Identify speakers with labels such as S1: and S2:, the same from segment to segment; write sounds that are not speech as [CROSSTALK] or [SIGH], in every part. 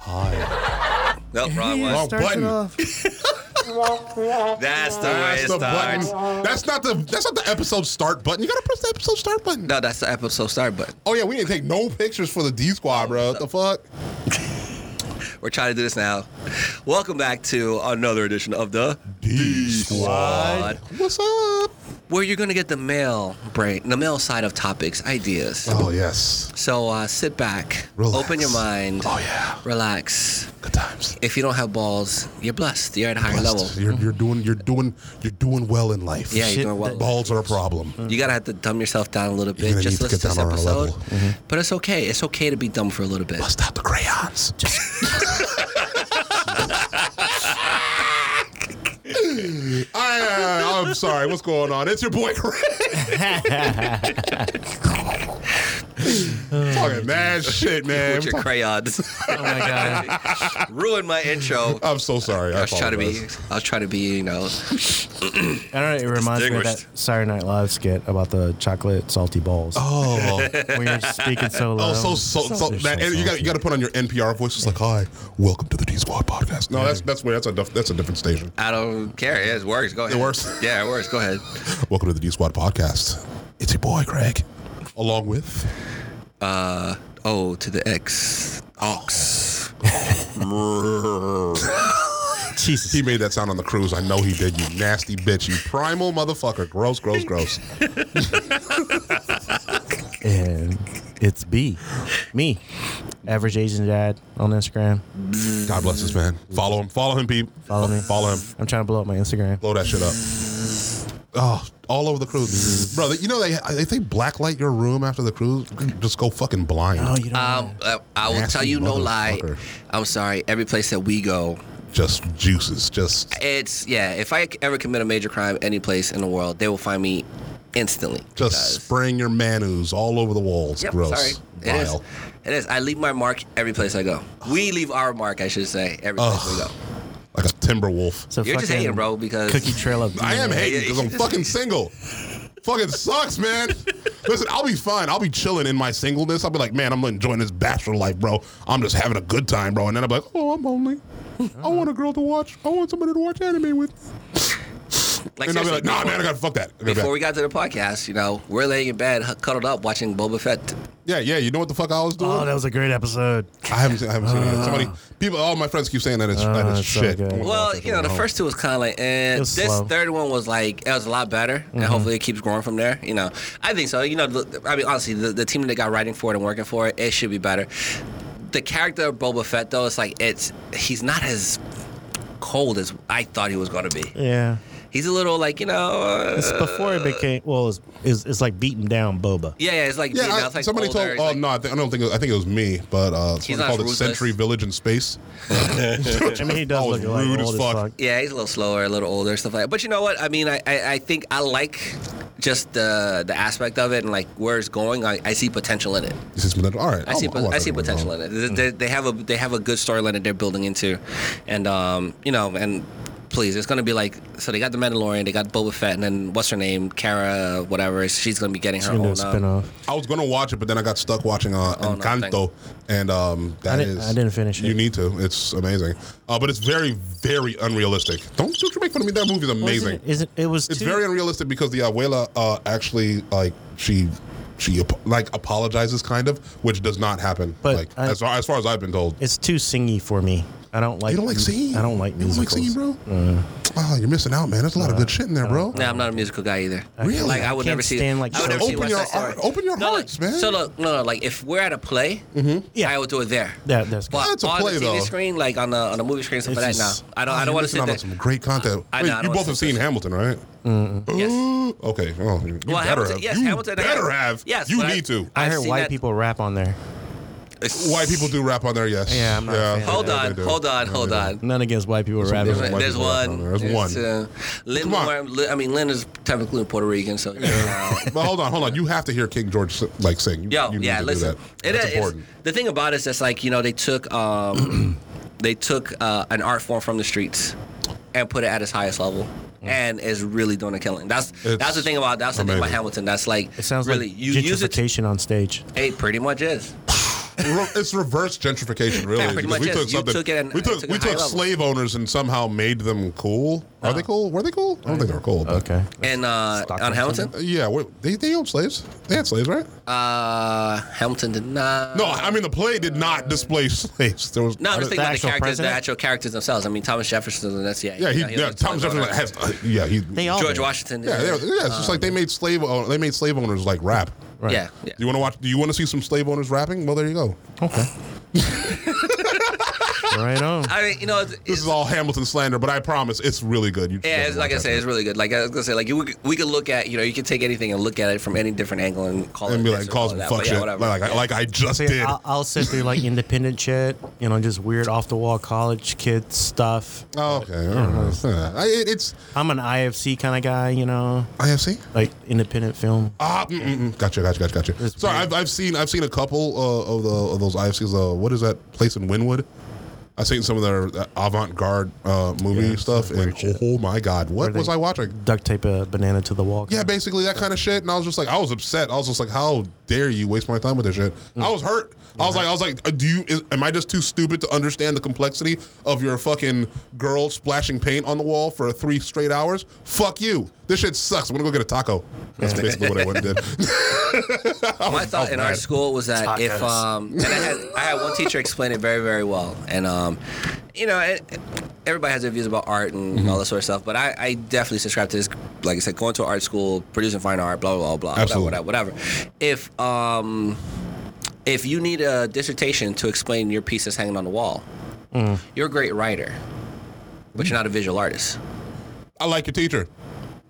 S1: high.
S2: Nope, wrong
S1: Wrong
S2: one.
S3: starts it
S1: button.
S3: off.
S1: [LAUGHS]
S2: That's the way
S1: That's
S2: it
S1: the
S2: starts.
S1: button. That's not the that's not the episode start button. You gotta press the episode start button.
S2: No, that's the episode start button.
S1: Oh yeah, we didn't take no pictures for the D squad, bro. What the fuck?
S2: We're trying to do this now. Welcome back to another edition of the
S1: D
S2: Squad,
S1: What's up?
S2: where you're gonna get the male brain, the male side of topics, ideas.
S1: Oh yes.
S2: So uh, sit back,
S1: Relax.
S2: open your mind,
S1: Oh yeah.
S2: relax.
S1: Good times.
S2: If you don't have balls, you're blessed. You're at a higher level.
S1: You're, you're doing you're doing you're doing well in life.
S2: Yeah, you're
S3: Shit
S2: doing well.
S3: that-
S1: Balls are a problem.
S2: You gotta have to dumb yourself down a little
S1: You're
S2: bit.
S1: gonna
S2: Just
S1: need to
S2: listen
S1: get
S2: to this
S1: down on a
S2: episode,
S1: level. Mm-hmm.
S2: but it's okay. It's okay to be dumb for a little bit.
S1: Bust out the crayons. [LAUGHS] I, am sorry. What's going on? It's your boy Craig. Talking mad shit,
S2: [LAUGHS]
S1: man.
S2: With your
S1: [LAUGHS]
S2: crayons,
S3: Oh my god.
S2: ruined my intro.
S1: I'm so sorry. Oh, I,
S2: I was trying to be.
S1: apologize.
S2: I was trying to be. You know.
S3: I don't know. It reminds me of that
S2: Distinguished.
S3: Saturday Night Live skit about the chocolate salty balls.
S1: Oh.
S3: When you're speaking so low.
S1: [LAUGHS] Oh, so so, so,
S3: They're
S1: that, and you got you got to put on your NPR voice. It's like, hi, welcome to the D Squad podcast. No, that's that's where that's a dif- that's a different station.
S2: I don't care. Yeah, it works. Go ahead.
S1: works.
S2: Yeah, it works. Go ahead.
S1: Welcome to the D Squad podcast. It's your boy Craig, along with
S2: Uh, oh, to the X. Ox.
S3: salty. Jesus.
S1: he made that sound on the cruise. I know he did. You nasty bitch. You primal motherfucker. Gross, gross, gross.
S3: and it's B, me, average Asian dad on Instagram.
S1: God bless this man. Follow him. Follow him, peep.
S3: Follow me.
S1: Follow him.
S3: I'm trying to blow up my Instagram.
S1: Blow that shit up. Oh, all over the cruise, bro. You know they if they blacklight your room after the cruise, just go fucking blind.
S3: Oh, you don't.
S2: Um, uh, I will
S1: Mm. Nasty
S2: tell you no lie.
S1: motherfucker.
S2: I'm sorry. Every place that we go,
S1: Just juices. Just
S2: it's yeah. If I ever commit a major crime any place in the world, they will find me instantly.
S1: Just
S2: Because-
S1: spraying your manus all over the walls.
S2: Yep,
S1: Gross.
S2: Sorry. It is.
S1: Vile.
S2: It is. I leave my mark every place I go. We leave our mark, I should say, every place we go.
S1: Like a timber wolf.
S3: so
S2: You're just
S3: fucking
S2: hating, bro, because
S3: Cookie trail of
S1: I am
S3: DNA.
S1: hating because I'm
S2: yeah.
S1: fucking single. fucking sucks, man. Listen, I'll be fine. I'll be chilling in my singleness. I'll be like, man, I'm enjoying this bachelor life, bro. I'm just having a good time, bro. And then I'm like, oh, I'm lonely. I want a girl to watch. I want somebody to watch anime with.
S2: like,
S1: And I'll be like,
S2: seriously,
S1: nah,
S2: before-
S1: man, I gotta fuck that. I gotta
S2: Before
S1: back.
S2: we got to the podcast, you know, we're laying in bed, h- cuddled up, watching Boba Fett.
S1: yeah, yeah. You know what the fuck I was doing?
S3: Oh, that was a great episode.
S1: I haven't seen. I haven't seen it. Somebody,
S2: Oh.
S1: people, all my friends keep saying that it's, that it's
S3: it's so
S1: shit.
S3: good.
S1: I wanna watch
S2: Well,
S1: it
S2: you know, the
S1: alone.
S2: first two was kind of like, and
S3: was
S2: this
S3: slow. Mm-hmm.
S2: third one was like, it was a lot better, and hopefully it keeps growing from there. You know, I think so. You know, the- I mean, honestly, the, the team that got writing for it and working for it, it should be better. The character of Boba Fett, though, it's like it's he's not as cold as I thought he was going to be.
S3: Yeah.
S2: He's a little like you know. Uh,
S3: It's before it became well, it's it's, it's like beaten down boba.
S2: yeah, yeah, it's like
S1: Yeah,
S2: Vietnam,
S1: I,
S2: it's like
S1: somebody
S2: older,
S1: told.
S2: it's
S1: Oh
S2: like-
S1: no, I, think, I don't think. It, I think it was me, but uh,
S2: He's not
S1: somebody called it
S2: ruthless.
S1: Century Village in Space.
S3: I mean, he
S1: I
S3: does
S1: was
S3: look like old
S1: rude as
S3: as
S1: fuck.
S3: fuck.
S2: Yeah, he's a little slower, a little older, stuff like that. But you know what? I mean, I, I, I think I like just the the aspect of it and like where it's going. I, I see potential in it.
S1: You see some potential. All right,
S2: I
S1: I'll-
S2: see
S1: I'll watch
S2: I see
S1: that movie
S2: potential
S1: alone.
S2: in it. They, they- they have a they have a good storyline that they're building into, and um you know and. Please, it's gonna be like so. They got the Mandalorian, they got Boba Fett, and then what's her name, Kara, whatever. She's gonna be getting her
S3: Gonna do
S2: own.
S3: a
S2: um,
S3: spin-off.
S1: I was gonna watch it, but then I got stuck watching uh,
S2: Oh, no,
S1: Encanto,
S2: thank-
S1: and um, that
S3: I didn't-
S1: is-
S3: I didn't finish
S1: You
S3: it.
S1: need to. It's amazing, uh, but it's very, very unrealistic. Don't don't you make fun of me? That movie's amazing.
S3: Wasn't it, isn't it was
S1: it's
S3: too,
S1: very unrealistic because the abuela uh, actually like she she ap- like apologizes kind of, which does not happen.
S3: But
S1: like
S3: I-
S1: as, far, as far as I've been told,
S3: it's too singy for me. I don't like
S1: You don't like singing?
S3: I don't like
S1: You don't like
S3: musicals. Uh.
S1: singing, bro? Oh, you're missing out, man. There's a lot of good shit in there, bro.
S2: No, I'm not a musical guy either.
S1: Really?
S2: Like I would
S3: Can't
S2: never see.
S3: stand, like,
S2: I would
S3: Just
S2: never see
S1: open
S2: West
S1: your
S2: Side Story.
S1: heart- open your
S2: no, like-
S1: hearts, man. Mm-hmm.
S2: So look, no, no, like if we're at a play,
S3: Yeah.
S2: I would do it there.
S3: That- that's
S2: but
S3: good.
S1: That's a
S2: on
S1: play,
S2: the TV
S1: though.
S2: screen, like on the on the movie screen, stuff
S3: It's
S2: like that.
S3: just-
S2: No, I don't. I don't
S1: You're
S2: want to
S1: missing
S2: sit
S1: out
S2: there.
S1: on some great content.
S2: I- I
S1: Wait,
S2: know, I
S1: you
S2: don't
S1: both
S2: wanna
S1: have
S2: sit
S1: seen Hamilton, right?
S2: Yes.
S1: Ooh, Okay. Well, you better
S2: Hamilton-
S1: have.
S2: yes,
S1: you
S2: Hamilton-
S1: better have.
S2: Yes,
S1: You
S2: but I-
S1: need to.
S3: I
S2: I've
S3: heard
S2: seen
S3: white
S2: that-
S3: people rap on there.
S1: White people do rap on there. Yes.
S3: Yeah, I'm not a fan of
S2: Hold
S3: Yeah,
S1: they
S2: on,
S1: do.
S2: hold on,
S1: Yeah,
S2: hold
S1: they do.
S2: on.
S3: None against white people rapping.
S1: There's
S2: There's
S1: people out
S2: one.
S1: there. There's one.
S2: uh, Lynn,
S1: Come on.
S2: Mar- Lin- I mean, Lynn is technically Puerto Rican, so.
S1: [LAUGHS]
S2: Yeah.
S1: But hold on, hold on. You have to hear King George si- like sing. You,
S2: Yo,
S1: you need
S2: yeah,
S1: to do
S2: listen.
S1: that.
S2: It
S1: That's
S2: is
S1: important.
S2: the thing about it is that's like you know they took um,
S1: [CLEARS THROAT]
S2: they took uh, an art form from the streets and put it at its highest level. And is really doing a killing. That's that's the
S1: Mm. It's
S2: thing about that's the thing about
S1: amazing.
S2: Hamilton. That's like
S3: It sounds
S2: really
S3: like
S2: you use it.
S3: gentrification on stage.
S2: It pretty much is.
S1: re- it's reverse gentrification, really.
S2: Yeah, [LAUGHS] pretty
S1: because
S2: much is. You took it and-
S1: we
S2: and
S1: took,
S2: took it
S1: we
S2: high
S1: took
S2: level. Uh.
S1: slave owners and somehow made them cool. Are they cool? Were they cool? I don't think they were cool. But,
S3: Okay.
S2: And uh,
S3: Stockton
S2: on Hamilton,
S1: Uh, Yeah, wait, they they owned slaves. They had slaves, right?
S2: uh, Hamilton did not.
S1: no, I mean the play did not display slaves. There was
S2: No, I'm just
S3: The
S2: thinking about the
S3: actual
S2: characters,
S3: president?
S2: the actual characters themselves. I mean, Thomas Jefferson and that's yeah.
S1: Yeah, he,
S2: you know,
S1: yeah,
S2: was
S1: Thomas
S2: slave
S1: Jefferson
S2: owner.
S1: has. uh, yeah, he.
S3: They all
S2: George
S3: did.
S2: Washington.
S1: Yeah, they- yeah. It's just like
S2: Um,
S1: they made slave. own- They made slave owners like rap.
S3: Right.
S2: yeah, yeah.
S1: Do you want to watch? Do you want to see some slave owners rapping? Well, there you go.
S3: Okay.
S2: [LAUGHS]
S3: right on.
S2: I mean, you know, it's,
S1: This
S2: it's,
S1: is all Hamilton slander, but I promise it's really good. You
S2: yeah, it's, like I said, it's really good. Like I was gonna say, like you, we could look at, you know, you could take anything and look at it from any different angle and call
S1: and
S2: it
S1: be
S2: this
S1: like,
S2: or
S1: call
S2: it
S1: some
S2: that,
S1: fuck
S2: but
S1: shit,
S2: Yeah, whatever.
S1: like I- like I just
S3: See,
S1: did.
S3: I'll, I'll sit through like independent shit, you know, just weird off the wall college kid stuff.
S1: Oh, okay, all right. Yeah. I, it, it's
S3: I'm an IFC kind of guy, you know,
S1: IFC.
S3: like independent film.
S1: Ah, mm, mm, mm. gotcha, gotcha, gotcha, gotcha.
S3: It's
S1: Sorry,
S3: weird.
S1: I've, I've seen I've seen a couple uh, of the of those IFCs. Uh, what is that place in Wynwood? I've seen some of their uh, avant-garde uh, movie
S3: Yeah, it's
S1: stuff,
S3: like
S1: and
S3: weird shit.
S1: oh my god, what
S3: Where they-
S1: was I watching?
S3: Duct tape a banana to the wall.
S1: Yeah, basically that kind of shit. And I was just like, I was upset. I was just like, how dare you waste my time with this shit? I was hurt. I was like, I was like, uh, do you? Is, am I just too stupid to understand the complexity of your fucking girl splashing paint on the wall for three straight hours? Fuck you. This shit sucks. I'm gonna go get a taco. That's basically what I went and did. [LAUGHS]
S2: My Oh, thought in our
S1: bad.
S2: school was that if
S3: Tacos.
S2: um, and I had I had one teacher explain it very very well, and um, you know, it, everybody has their views about art and
S1: Mm-hmm.
S2: all that sort of stuff, but I, I definitely subscribe to this. Like I said, going to art school, producing fine art, blah blah blah, blah
S1: Absolutely.
S2: whatever, whatever, whatever. If um, if you need a dissertation to explain your piece that's hanging on the wall,
S1: Mm.
S2: you're a great writer, but you're not a visual artist.
S1: I like your teacher.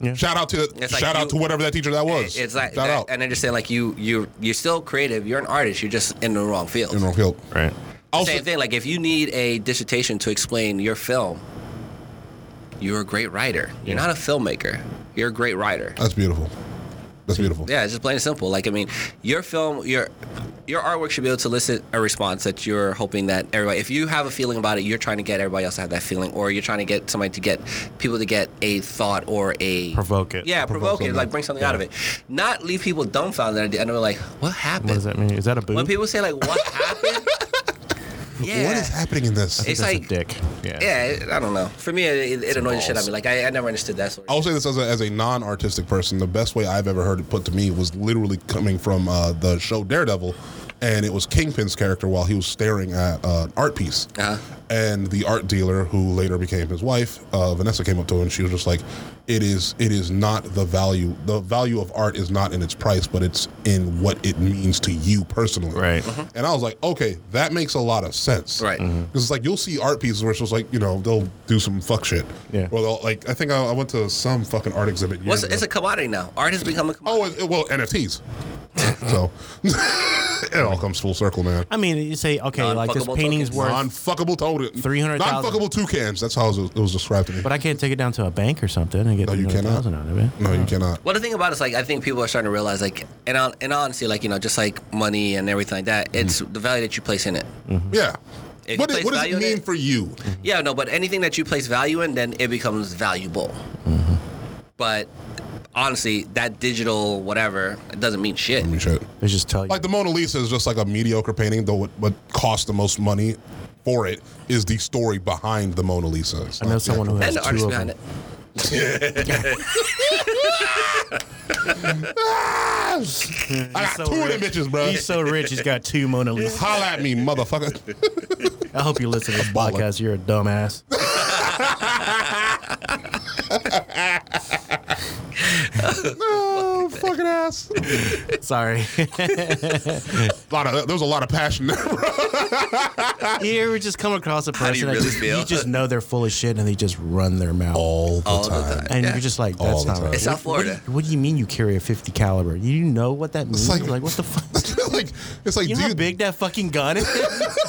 S3: Yeah.
S1: Shout out to
S2: It's
S1: shout
S2: like
S1: out
S2: you-
S1: to whatever that teacher that was.
S2: It's like,
S1: shout
S2: that,
S1: out.
S2: and I understand like you you you're still creative. You're an artist. You're just in the wrong field.
S1: General Hill.
S3: Right.
S1: Also,
S2: Same thing. Like if you need a dissertation to explain your film, you're a great writer. You're not a filmmaker. You're a great writer.
S1: that's beautiful. That's beautiful.
S2: Yeah, it's just plain and simple. Like I mean, your film, your your artwork should be able to elicit a response that you're hoping that everybody. If you have a feeling about it, you're trying to get everybody else to have that feeling, or you're trying to get somebody to get people to get a thought or a
S3: Provoke it.
S2: Yeah,
S1: Provoke
S2: provoke, it.
S1: something.
S2: Like bring something out of it. Not leave people dumbfounded at the end of it. Like what happened?
S3: What does that mean? Is that a boo?
S2: When people say like what happened, yeah,
S1: What is happening in this?
S2: It's
S3: That's
S2: like
S3: a dick. Yeah.
S2: yeah, it- I don't know. For me, it, it annoyed the shit out of me. Like I, I never understood that. Sort of
S1: I will say this as a, as a non-artistic person, the best way I've ever heard it put to me was literally coming from uh, the show Daredevil, and it was Kingpin's character while he was staring at uh, an art piece,
S2: Uh-huh.
S1: and the art dealer who later became his wife, uh, Vanessa, came up to him and she was just like, "It is it is not the value. The value of art is not in its price, but it's in what it means to you personally."
S3: Right.
S2: Mm-hmm.
S1: Mm-hmm. And I was like, okay, that makes a lot of sense.
S2: Right.
S3: Mm-hmm.
S1: Because
S2: Mhm.
S1: it's like you'll see art pieces where it's just like, you know, they'll do some fuck shit.
S3: Yeah.
S1: Or they'll like I think I, I went to some fucking art exhibit. years
S2: What's,
S1: ago.
S2: it's a commodity now. Art has become a commodity.
S1: oh it, it- well NFTs. so [LAUGHS] it all comes full circle, man.
S3: I mean, you say okay, like this
S2: Non-fuckable
S3: painting's
S2: tokens.
S3: worth,
S1: Non-fuckable total.
S3: 300,000.
S1: Non-fuckable toucans. That's how it was, it was described to me.
S3: but I can't take it down to a bank or something and get
S1: No,
S3: no,
S1: you cannot.
S3: thousand out of it.
S1: no, you cannot.
S2: Well, the thing about it is, like, I think people are starting to realize, like, and on, and honestly, like, you know, just like money and everything like that, it's the value that you place in it.
S3: Mm-hmm.
S1: Yeah.
S2: If you
S1: What, it,
S2: place
S1: what does
S2: value
S1: it
S2: in
S1: mean
S2: it-
S1: for you?
S2: Yeah, no, but anything that you place value in, then it becomes valuable. But honestly, that digital whatever it doesn't mean shit.
S1: I mean, shit.
S3: They just tell you.
S1: Like the Mona Lisa is just like a mediocre painting, though what, what costs the most money for it is the story behind the Mona Lisa. It's
S3: I know
S1: not-
S3: someone who has
S2: And the
S3: two
S2: artist
S3: of
S2: behind
S3: them.
S2: it.
S1: I got
S3: so
S1: two of them
S3: rich.
S1: bitches, bro.
S3: He's so rich, he's got two Mona
S1: [LAUGHS]
S3: Lisa.
S1: Holla at me, motherfucker. [LAUGHS]
S3: I hope you listen to this podcast. You're a
S1: [LAUGHS]
S3: dumbass.
S1: oh, fucking ass.
S3: Sorry.
S1: lot of, there was a lot of passion there, bro.
S3: [LAUGHS] you ever just come across a
S2: do you
S3: person that
S2: really
S3: just,
S2: feel?
S3: you just know they're full of shit and they just run their mouth.
S1: All the
S2: All the
S1: time.
S2: time.
S3: and
S2: yeah.
S3: you're just like,
S1: All
S3: that's
S1: the
S3: not
S1: time.
S3: right.
S2: It's South
S3: What- what do
S2: Florida.
S3: you- What do you mean you carry a 50 caliber? You know what that means?
S1: like-
S3: Like, what the
S1: [LAUGHS]
S3: fuck?
S1: like, it's like,
S3: You know
S1: dude.
S3: how big that fucking gun is? [LAUGHS]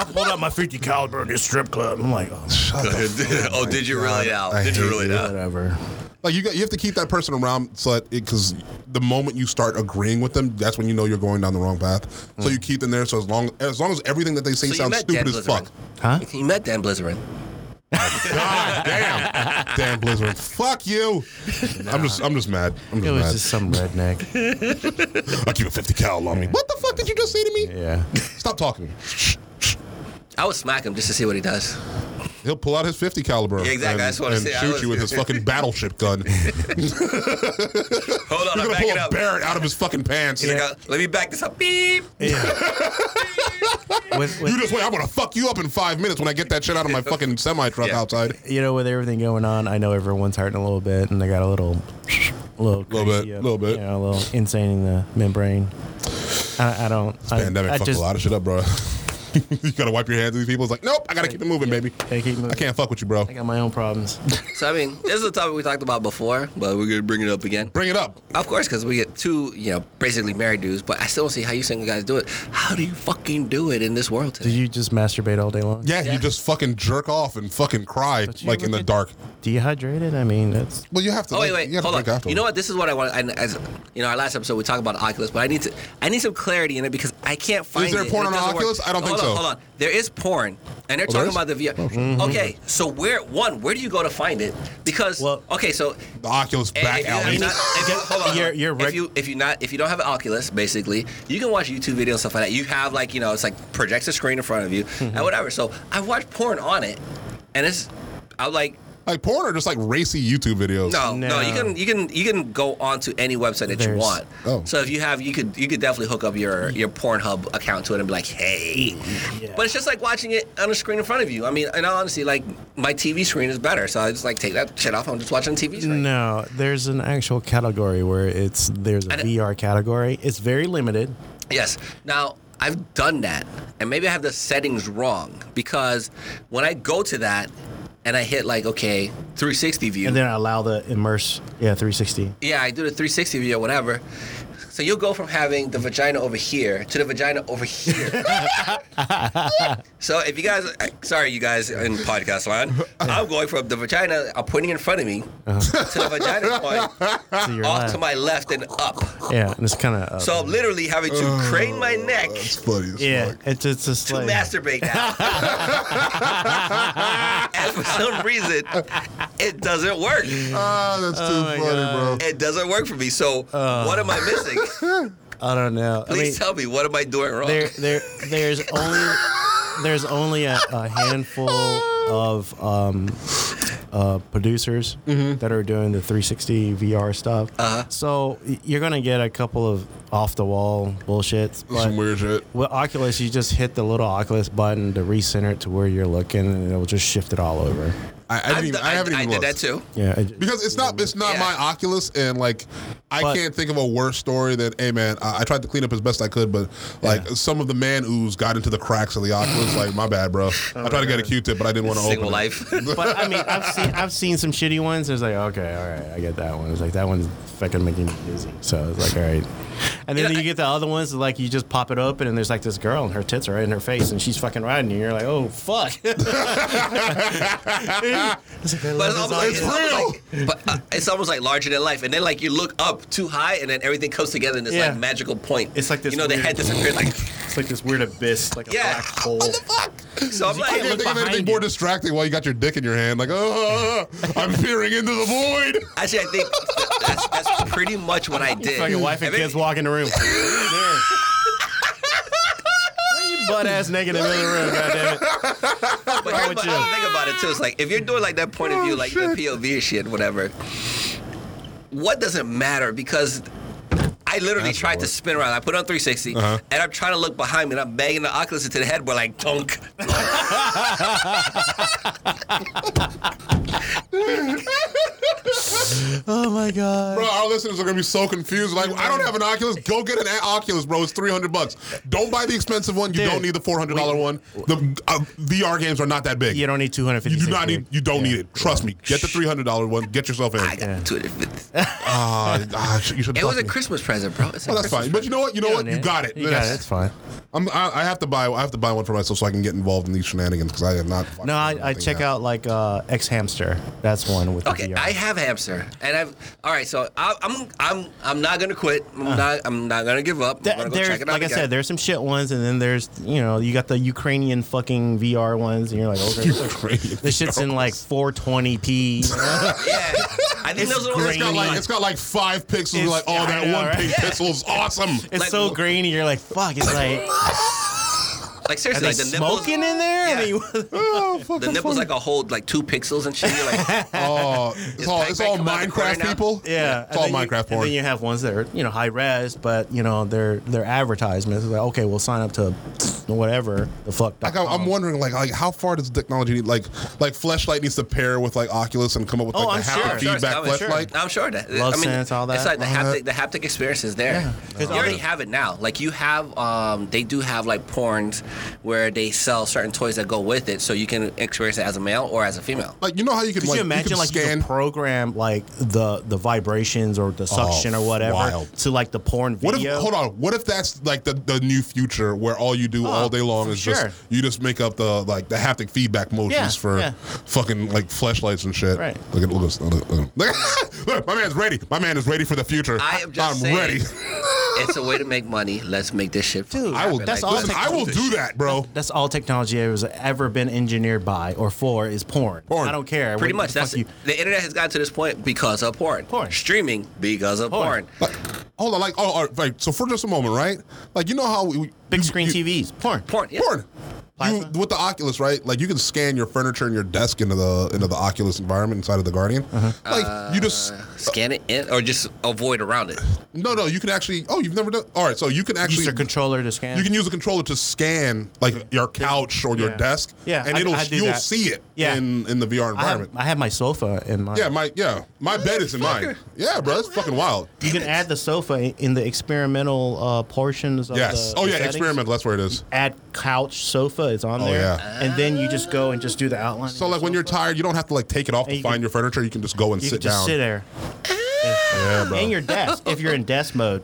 S3: I pulled out my 50 caliber in this strip club. I'm like, [LAUGHS] [LAUGHS] oh,
S1: [LAUGHS]
S3: uh,
S2: oh, did you really out?
S1: I
S2: Did you
S1: hate
S2: really
S1: you.
S2: out?
S3: whatever.
S1: Like you, got, you have to keep that person around, so because the moment you start agreeing with them, that's when you know you're going down the wrong path.
S3: Mm.
S1: So you keep them there. So as long as long as everything that they
S2: So
S1: say
S2: you
S1: sounds
S2: met
S1: stupid
S2: Dan
S1: as
S2: Blizzard.
S1: fuck,
S3: Huh?
S2: You met Dan Blizzard.
S1: God damn, damn Blizzard, fuck you. I'm just, I'm just mad. I'm
S3: It
S1: just
S3: was
S1: mad.
S3: just [LAUGHS] some redneck.
S1: I keep a 50 cal on me. What the fuck did you just say to me?
S3: Yeah.
S1: Stop talking.
S2: I would smack him just to see what he does.
S1: He'll pull out his 50 caliber
S2: Yeah, exactly.
S1: and,
S2: That's what I
S1: and
S2: said. I
S1: shoot
S2: was-
S1: you with his fucking
S2: [LAUGHS]
S1: battleship gun. He's
S2: Hold on, I'm
S1: gonna pull
S2: backing
S1: a
S2: up.
S1: Barrett out of his fucking pants.
S2: He's like, uh, Let me back this up. Beep.
S3: Yeah. with, with
S1: You just wait. I'm gonna fuck you up in five minutes when I get that shit out of my fucking semi truck
S2: Yeah.
S1: outside.
S3: you know, with everything going on, I know everyone's hurting a little bit, and they got a little, little,
S1: Little
S3: crazy
S1: bit,
S3: up,
S1: little bit.
S3: you know, a little insane in the membrane. I, I don't. I,
S1: Pandemic
S3: I
S1: fucked
S3: just,
S1: a lot of shit up, bro. [LAUGHS] you gotta wipe your hands of these people. It's like, nope, I gotta keep it moving, baby.
S3: I keep moving.
S1: I can't fuck with you, bro.
S3: I got my own problems.
S2: So I mean, this is a topic we talked about before, but we're gonna bring it up again.
S1: Bring it up.
S2: Of course, because we get two, you know, basically married dudes, but I still don't see how you single guys do it. How do you fucking do it in this world
S3: Do
S2: today?
S3: you just masturbate all day long?
S1: Yeah, you just fucking jerk off and fucking cry
S3: you
S1: like in the
S3: look at-
S1: dark.
S3: Dehydrated? I mean, that's
S1: Well, you have to.
S2: Oh wait,
S1: like,
S2: wait,
S1: you have
S2: hold
S1: to
S2: on.
S1: drink after.
S2: You know what? This is what I want. And as you know, our last episode we talked about Oculus, but I need to, I need some clarity in it because I can't find.
S1: there
S2: it,
S1: porn
S2: and
S1: on
S2: it doesn't
S1: Oculus? I don't think
S2: hold
S1: so.
S2: On, hold on, there is porn, and they're
S1: Oh, there
S2: talking
S1: is?
S2: about the VR. Okay, so where one, where do you go to find it? Because
S3: Well-
S2: okay, so
S1: The Oculus
S2: And
S1: back
S2: if you have
S1: alley.
S2: not- if you- hold on,
S3: You're-
S2: hold on.
S3: you're rec-
S2: if you if you not if you don't have an Oculus, basically, you can watch YouTube videos and stuff like that. You have like you know, it's like projects a screen in front of you
S3: Mm-hmm.
S2: and whatever. So I watched porn on it, and it's I'm like.
S1: Like porn or just like racy YouTube videos.
S2: No, no,
S3: No.
S2: you can you can you can go onto any website that you
S3: There's-
S2: want.
S1: Oh.
S2: So if you have, you could you could definitely hook up your your Pornhub account to it and be like, hey.
S3: Yeah.
S2: But it's just like watching it on a screen in front of you. I mean, and honestly, like my TV screen is better, so I just like take that shit off. I'm just watching TV screen.
S3: No, there's an actual category where it's there's a
S2: don't-
S3: VR category. It's very limited.
S2: Yes. Now, I've done that, and maybe I have the settings wrong because when I go to that and I hit like, okay, 360 view.
S3: And then I allow the immerse, yeah, 360.
S2: yeah, I do the 360 view or whatever. So you'll go from having the vagina over here to the vagina over
S3: [LAUGHS]
S2: here. so if you guys, eh, sorry, you guys in podcast land, I'm going from the vagina uh, pointing in front of me
S3: Uh-huh.
S2: to the vagina
S3: [LAUGHS]
S2: point
S3: To your
S2: off
S3: left.
S2: to my left and up.
S3: yeah, and it's kind of
S2: oh, So I'm literally having to crane my neck
S1: That's funny. As
S3: yeah,
S1: fuck.
S3: it's it's just
S2: to
S3: like
S2: masturbate
S3: [LAUGHS]
S2: now. and for some reason, it doesn't work.
S1: Ah, that's too
S3: Oh my
S1: funny, bro.
S2: It doesn't work for me. So what am I missing?
S3: Oh. [LAUGHS] I don't know. I
S2: Please
S3: mean,
S2: tell me what am I doing wrong?
S3: there there there's only there's only a, a handful of um, uh, producers that are doing the 360 VR stuff. Uh-huh. So y- you're gonna get a couple of off the wall bullshits. but-
S1: Some weird shit.
S3: With Oculus, you just hit the little Oculus button to recenter it to where you're looking, and it'll just shift it all over.
S1: I, I,
S2: I've
S1: didn't even,
S2: done-
S1: I haven't
S2: I
S1: even
S2: did that
S1: looked.
S2: too.
S3: Yeah, it,
S1: [LAUGHS] Because it's not it's not
S2: Yeah.
S1: my Oculus, and like I
S3: But-
S1: can't think of a worse story than hey man, I, I tried to clean up as best I could, but like some of the man ooze got into the cracks of the Oculus. like my
S3: [LAUGHS]
S1: bad, bro. I tried to get a Q-tip, but I didn't want to
S2: Single
S1: open it.
S2: life.
S3: but I mean, I've seen I've seen some shitty ones. It's like okay, all right, I get that one. It's like that one's fucking making me dizzy. So it's like all right, and then
S2: You know,
S3: you get the other ones like you just pop it open, and there's like this girl, and her tits are right in her face, and she's fucking riding you. You're like, oh fuck. [LAUGHS] It's like,
S2: But
S3: I love
S2: it's
S3: this
S2: almost like,
S3: audio.
S2: it's almost like- but uh, it's almost like larger than life, and then like you look up too high, and then everything comes together in this
S3: Yeah.
S2: like magical point.
S3: It's like this
S2: You know, the
S3: weird-
S2: head disappears.
S3: [LAUGHS]
S2: Like,
S3: It's like this weird abyss, like a
S2: Yeah.
S3: black hole.
S1: What the fuck?
S2: so I'm
S3: You
S1: I
S2: like,
S3: can't look
S1: can't think of anything
S3: behind
S1: more
S3: you.
S1: distracting while you got your dick in your hand. Like, [LAUGHS] oh, I'm peering into the void.
S2: actually, I think that's, that's pretty much
S3: [LAUGHS]
S2: what I did.
S3: Fucking wife and
S2: maybe-
S3: kids walk in the
S1: [LAUGHS]
S3: room. Butt ass naked in the middle of the room, goddammit.
S2: But here's
S3: with
S2: what
S3: you?
S2: I think about it too. It's like if you're doing like that point
S1: Oh,
S2: of view, like the POV shit, whatever. What does it matter? Because I literally
S1: That's
S2: tried to
S1: work.
S2: spin around. I put on 360,
S1: Uh-huh.
S2: and I'm trying to look behind me, and I'm banging the Oculus into the headboard like dunk.
S3: Oh my god.
S1: Bro, our listeners are gonna be so confused. Like, I don't have an Oculus. Go get an Oculus, bro. It's three hundred bucks. Don't buy the expensive one. You
S3: Dude,
S1: don't need the four hundred dollar one. The uh, VR games are not that big.
S3: You don't need 250.
S1: You do not need. You don't need it. Trust me. Get the three hundred dollar one. Get yourself in.
S2: I got
S3: Yeah.
S2: to it.
S1: Ah, ah, sh- you should.
S2: It was a Christmas present, bro. It's a
S1: Oh, that's
S2: Christmas
S1: fine. But you know what? You know what? You got it.
S3: You got it. It's fine.
S1: I'm, I, I have to buy. I have to buy one for myself so I can get involved in these shenanigans because I am not. [LAUGHS]
S3: No, I, I check out like uh, X Hamster. That's one with
S2: Okay,
S3: the VR.
S2: I have hamster, and I've All right, so I, I'm I'm I'm not gonna quit. I'm not I'm not gonna give up.
S3: Uh. Th-
S2: I'm gonna go
S3: there's-
S2: check it out
S3: like I
S2: again.
S3: said, there's some shit ones, and then there's you know you got the Ukrainian fucking VR ones, and you're like, okay,
S1: Ukrainian
S3: [LAUGHS] this shit's in like
S1: [LAUGHS]
S2: [LAUGHS]
S3: 420p.
S2: yeah, I think
S3: It's
S2: those are the ones that
S1: It's got
S2: got
S1: like
S2: like
S1: it's got like five pixels.
S3: It's-
S1: like, oh,
S3: yeah, I
S1: that
S3: know,
S1: one
S3: right?
S1: pink pixel is awesome.
S3: [LAUGHS] It's
S2: Like-
S3: so grainy, you're like, fuck. It's like,
S2: like
S3: are
S2: seriously
S3: they
S2: like the
S3: smoking
S2: nipples.
S3: in there?
S2: Yeah.
S3: And then you-
S1: oh, fuck,
S2: The
S1: that's
S2: nipples
S1: funny.
S2: like a whole like two pixels and shit. You're like,
S1: [LAUGHS] oh, it's all it's
S2: Pac-Man
S1: all
S2: come out the corner
S1: Minecraft
S2: now?
S1: people.
S3: yeah,
S1: it's all
S3: and then you-
S1: Minecraft
S3: And
S1: porn.
S3: then you have ones that are you know high res, but you know they're they're advertisements. It's like, okay, we'll sign up to whatever the fuck.
S1: like I, I'm wondering, like, like how far does technology need? Like, like Fleshlight needs to pair with like Oculus and come up with
S3: Oh,
S1: like
S3: I'm
S1: the haptic
S3: sure.
S2: sure, it's
S1: feedback
S2: coming, sure.
S1: Fleshlight.
S2: I'm sure that
S3: Love
S2: I mean,
S3: sense, all
S2: It's
S3: that.
S2: like the
S1: All
S2: haptic, the haptic experience is there.
S3: Yeah. 'Cause
S2: You
S3: all
S2: already
S3: the-
S2: have it now. Like you have, um, they do have like porns where they sell certain toys that go with it, so you can experience it as a male or as a female.
S1: Like, you know how you can
S3: Could
S1: like
S3: you imagine
S1: can
S3: like you
S1: scan.
S3: could program like the the vibrations or the suction or whatever
S1: Oh, wild.
S3: to like the porn
S1: what if
S3: video?
S1: hold on? What if that's like the, the new future where all you do all day long
S3: for
S1: is
S3: sure.
S1: just you just make up the like the haptic feedback motions
S3: Yeah,
S1: for
S3: yeah.
S1: fucking like fleshlights and shit.
S3: Right.
S1: Look at look at look, at- look, at- [LAUGHS] look, my man's ready. My man is ready for the future.
S2: I am just
S1: I'm
S2: saying,
S1: ready.
S2: [LAUGHS] it's a way to make money. Let's make this shit.
S3: Dude,
S1: I
S3: Happen
S1: will.
S3: that's
S1: That's
S3: all
S1: listen,
S3: take-
S1: I will do that, bro.
S3: That's all technology has ever been engineered by or for is porn.
S1: Porn.
S3: I don't care.
S2: Pretty
S3: what
S2: much.
S3: the fuck
S2: That's the internet has gotten to this point because of porn.
S3: Porn.
S2: Streaming because of
S3: Porn.
S2: porn.
S1: Like, hold on, like, oh, all right, like, so for just a moment, right? Like, you know how we,
S3: big
S1: you-
S3: screen
S1: you-
S3: TVs. Porn.
S2: Porn. Yeah.
S1: porn. You,
S3: Plasma?
S1: with the Oculus, right? Like you can scan your furniture and your desk into the into the Oculus environment inside of the Guardian.
S3: Uh-huh.
S1: Like you just
S2: Scan it in, or just avoid around it.
S1: no no you can actually oh you've never done all right so you can actually
S3: Use your controller to scan.
S1: you can use a controller to scan like your couch or your
S3: Yeah.
S1: desk
S3: Yeah,
S1: and
S3: I-
S1: it'll
S3: I do
S1: you'll
S3: that.
S1: see it
S3: Yeah.
S1: in in the VR
S3: I have,
S1: environment.
S3: I have my sofa in my.
S1: yeah my yeah my bed is in mine. Yeah, bro, that's fucking wild.
S3: You can add the sofa in the experimental uh, portions of
S1: Yes.
S3: the.
S1: Oh
S3: the
S1: yeah,
S3: settings.
S1: experimental. That's where it is.
S3: Add couch sofa. It's on there.
S1: yeah.
S3: And then you just go and just do the outline.
S1: So like when you're tired, you don't have to like take it off to
S3: you
S1: find
S3: can-
S1: your furniture. You can just go and
S3: you
S1: sit
S3: can just
S1: down.
S3: sit there.
S1: Yeah, bro.
S3: And your desk. if you're in desk mode.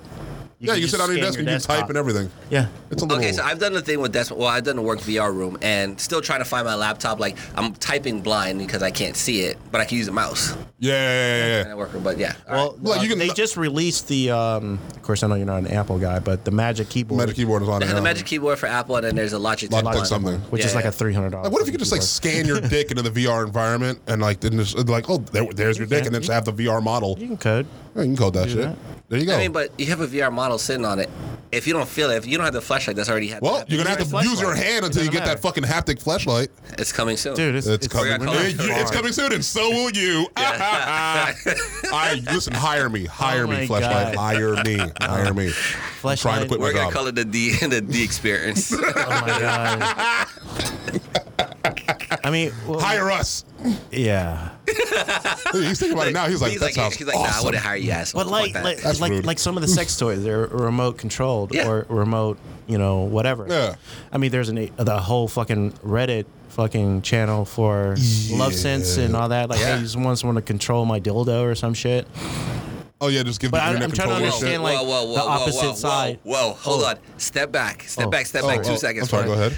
S1: yeah, you can sit
S3: just
S1: down on your
S3: scan
S1: desk and you type
S3: desktop.
S1: and everything.
S3: Yeah.
S1: It's a little.
S2: Okay, so I've done the thing with Desmond. Well, I've done the work VR room and still trying to find my laptop. Like, I'm typing blind because I can't see it, but I can use a mouse
S1: yeah, yeah, yeah, yeah,
S2: and I work but yeah. all
S3: Well,
S1: Like,
S3: uh,
S1: you can-
S3: they just released the. Um, of course, I know you're not an Apple guy, but the Magic Keyboard,
S1: Magic keyboard is on
S2: They
S1: it.
S2: have the
S1: now.
S2: Magic Keyboard for Apple, and then there's a Logitech,
S1: Logitech
S2: one.
S1: uh, something.
S3: which is
S2: Yeah,
S3: like
S2: yeah.
S3: a three hundred dollars.
S1: Like, what if you could just like scan your dick into the VR environment and like then just like oh there, there's your dick and then just have the VR model.
S3: You can code.
S1: Yeah, you can code that
S3: Do
S1: shit.
S3: that.
S1: There you go.
S2: I mean, but you have a VR model sitting on it. If you don't feel it, if you don't have the flashlight, that's already happened.
S1: well, you're gonna have to
S3: flashlight.
S1: use your hand until you
S3: doesn't
S1: get
S3: matter.
S1: that fucking haptic flashlight.
S2: It's coming soon,
S3: Dude, it's,
S1: It's, coming.
S2: we're gonna
S1: Yeah,
S2: call it
S1: you- it's
S2: VR.
S1: coming soon, and so
S2: [LAUGHS]
S1: will you. [LAUGHS] I listen. Hire me. Hire
S3: Oh
S1: me.
S3: my
S1: Flashlight.
S3: God. Oh. [LAUGHS]
S1: Hire me. Hire me. I'm trying to
S3: Fleshlight.
S1: quit Oh my
S2: We're gonna
S1: job.
S2: call it the D [LAUGHS] the D
S1: [LAUGHS]
S2: experience.
S3: Oh my god. [LAUGHS] I mean, well,
S2: [LAUGHS]
S1: Hire us.
S3: yeah,
S1: He's thinking about it now. He's like,
S2: he's
S1: that
S2: like,
S1: sounds
S2: he's like, nah, I
S1: awesome.
S2: wouldn't hire you ass.
S3: but like, like,
S1: That's
S3: like,
S1: rude.
S3: like some of the sex toys, they're remote controlled
S2: Yeah.
S3: or remote, you know, whatever.
S1: Yeah.
S3: I mean, there's an the whole fucking Reddit fucking channel for love sense and all that. Like,
S2: Yeah.
S3: I just want someone to control my dildo or some shit.
S1: oh yeah, just give
S3: But
S1: the
S3: I'm-
S1: internet
S3: I'm trying to
S1: control
S3: understand,
S1: shit.
S3: like, the opposite
S2: whoa,
S3: side.
S2: Whoa, hold
S3: Oh.
S2: on. Step back. Step
S3: Oh.
S2: back. Step
S1: Oh,
S2: back. Two
S1: oh,
S2: seconds.
S1: I'm sorry. Go ahead.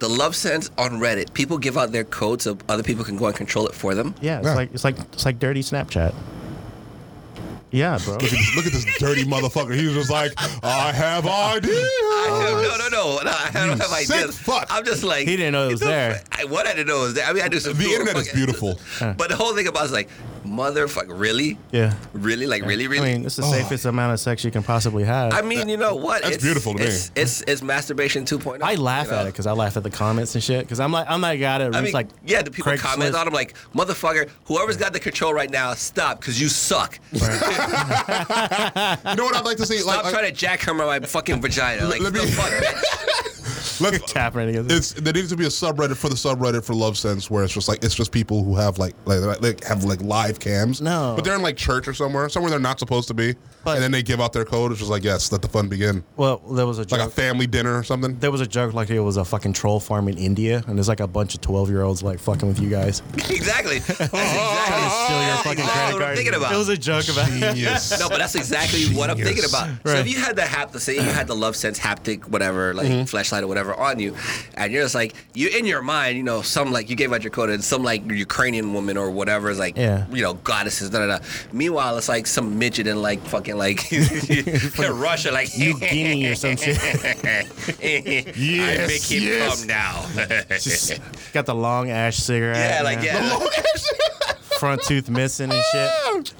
S2: The love sense on Reddit. People give out their codes so other people can go and control it for them.
S3: Yeah, it's
S1: Yeah.
S3: like it's like it's like dirty Snapchat. Yeah, bro.
S1: Look at, look at this dirty motherfucker. He was just like,
S2: [LAUGHS]
S1: I have ideas.
S2: no, no, no, no. I don't have
S1: sick
S2: ideas.
S1: fuck.
S2: I'm just like
S3: He didn't know it was there.
S2: I, what I didn't know was there. I mean, I do some
S1: The
S2: cool
S1: internet is
S2: fucking-
S1: beautiful.
S2: But the whole thing about it is like, motherfucker, really?
S3: Yeah.
S2: Really? Like, really,
S3: I
S2: really?
S3: mean, it's the safest amount of sex you can possibly have.
S2: I mean, you know what?
S1: That's
S2: it's,
S1: beautiful to me.
S2: It's, it's, it's masturbation 2.0.
S3: I laugh
S2: you know?
S3: at it because I laugh at the comments and shit. Because I'm like, I'm that guy that reads
S2: I mean,
S3: like,
S2: yeah, the people comment
S3: Craigslist.
S2: on them like, motherfucker, whoever's got the control right now, stop, because you suck.
S1: You know what I'd like to see?
S2: Stop
S1: Like, like
S2: trying to jackhammer my fucking vagina. Like,
S1: let me-
S2: the fuck, bitch. [LAUGHS]
S3: [LAUGHS]
S1: let's,
S3: tapping it against.
S1: it's there needs to be a subreddit for the subreddit for love sense where it's just like it's just people who have like like, like have like live cams.
S3: No.
S1: but they're in like church or somewhere, somewhere they're not supposed to be,
S3: But-
S1: and then they give out their code. It's just like yes, let the fun begin,
S3: well, there was a joke.
S1: like a family dinner
S3: [LAUGHS]
S1: or something.
S3: there was a joke like it was a fucking troll farm in India, and there's like a bunch of twelve year olds like fucking with you [LAUGHS] guys.
S2: exactly. That's exactly.
S3: Trying to steal your fucking
S2: exactly
S3: credit
S2: what Oh, I'm
S3: card.
S2: thinking about.
S3: It was a joke about.
S1: Yes.
S2: No, but that's exactly what I'm thinking
S1: Genius.
S2: about. So
S3: Right. Mm-hmm.
S2: if you had the hap, say you had the love sense haptic, whatever, like flashlight or whatever, whatever on you, and you're just like you in your mind, you know, some like you gave out your quota, and some like Ukrainian woman or whatever is like,
S3: Yeah.
S2: you know, goddesses. Da, da, da. Meanwhile, it's like some midget in like fucking
S3: [LAUGHS]
S2: like [LAUGHS] Russia, like [LAUGHS]
S3: You guinea or [LAUGHS] some shit.
S2: I
S1: Yes,
S2: make him
S1: yes.
S2: come now. [LAUGHS]
S3: Just got the long ash cigarette.
S2: yeah, like
S3: and
S2: yeah.
S3: the Front tooth missing and
S2: [LAUGHS]
S3: shit.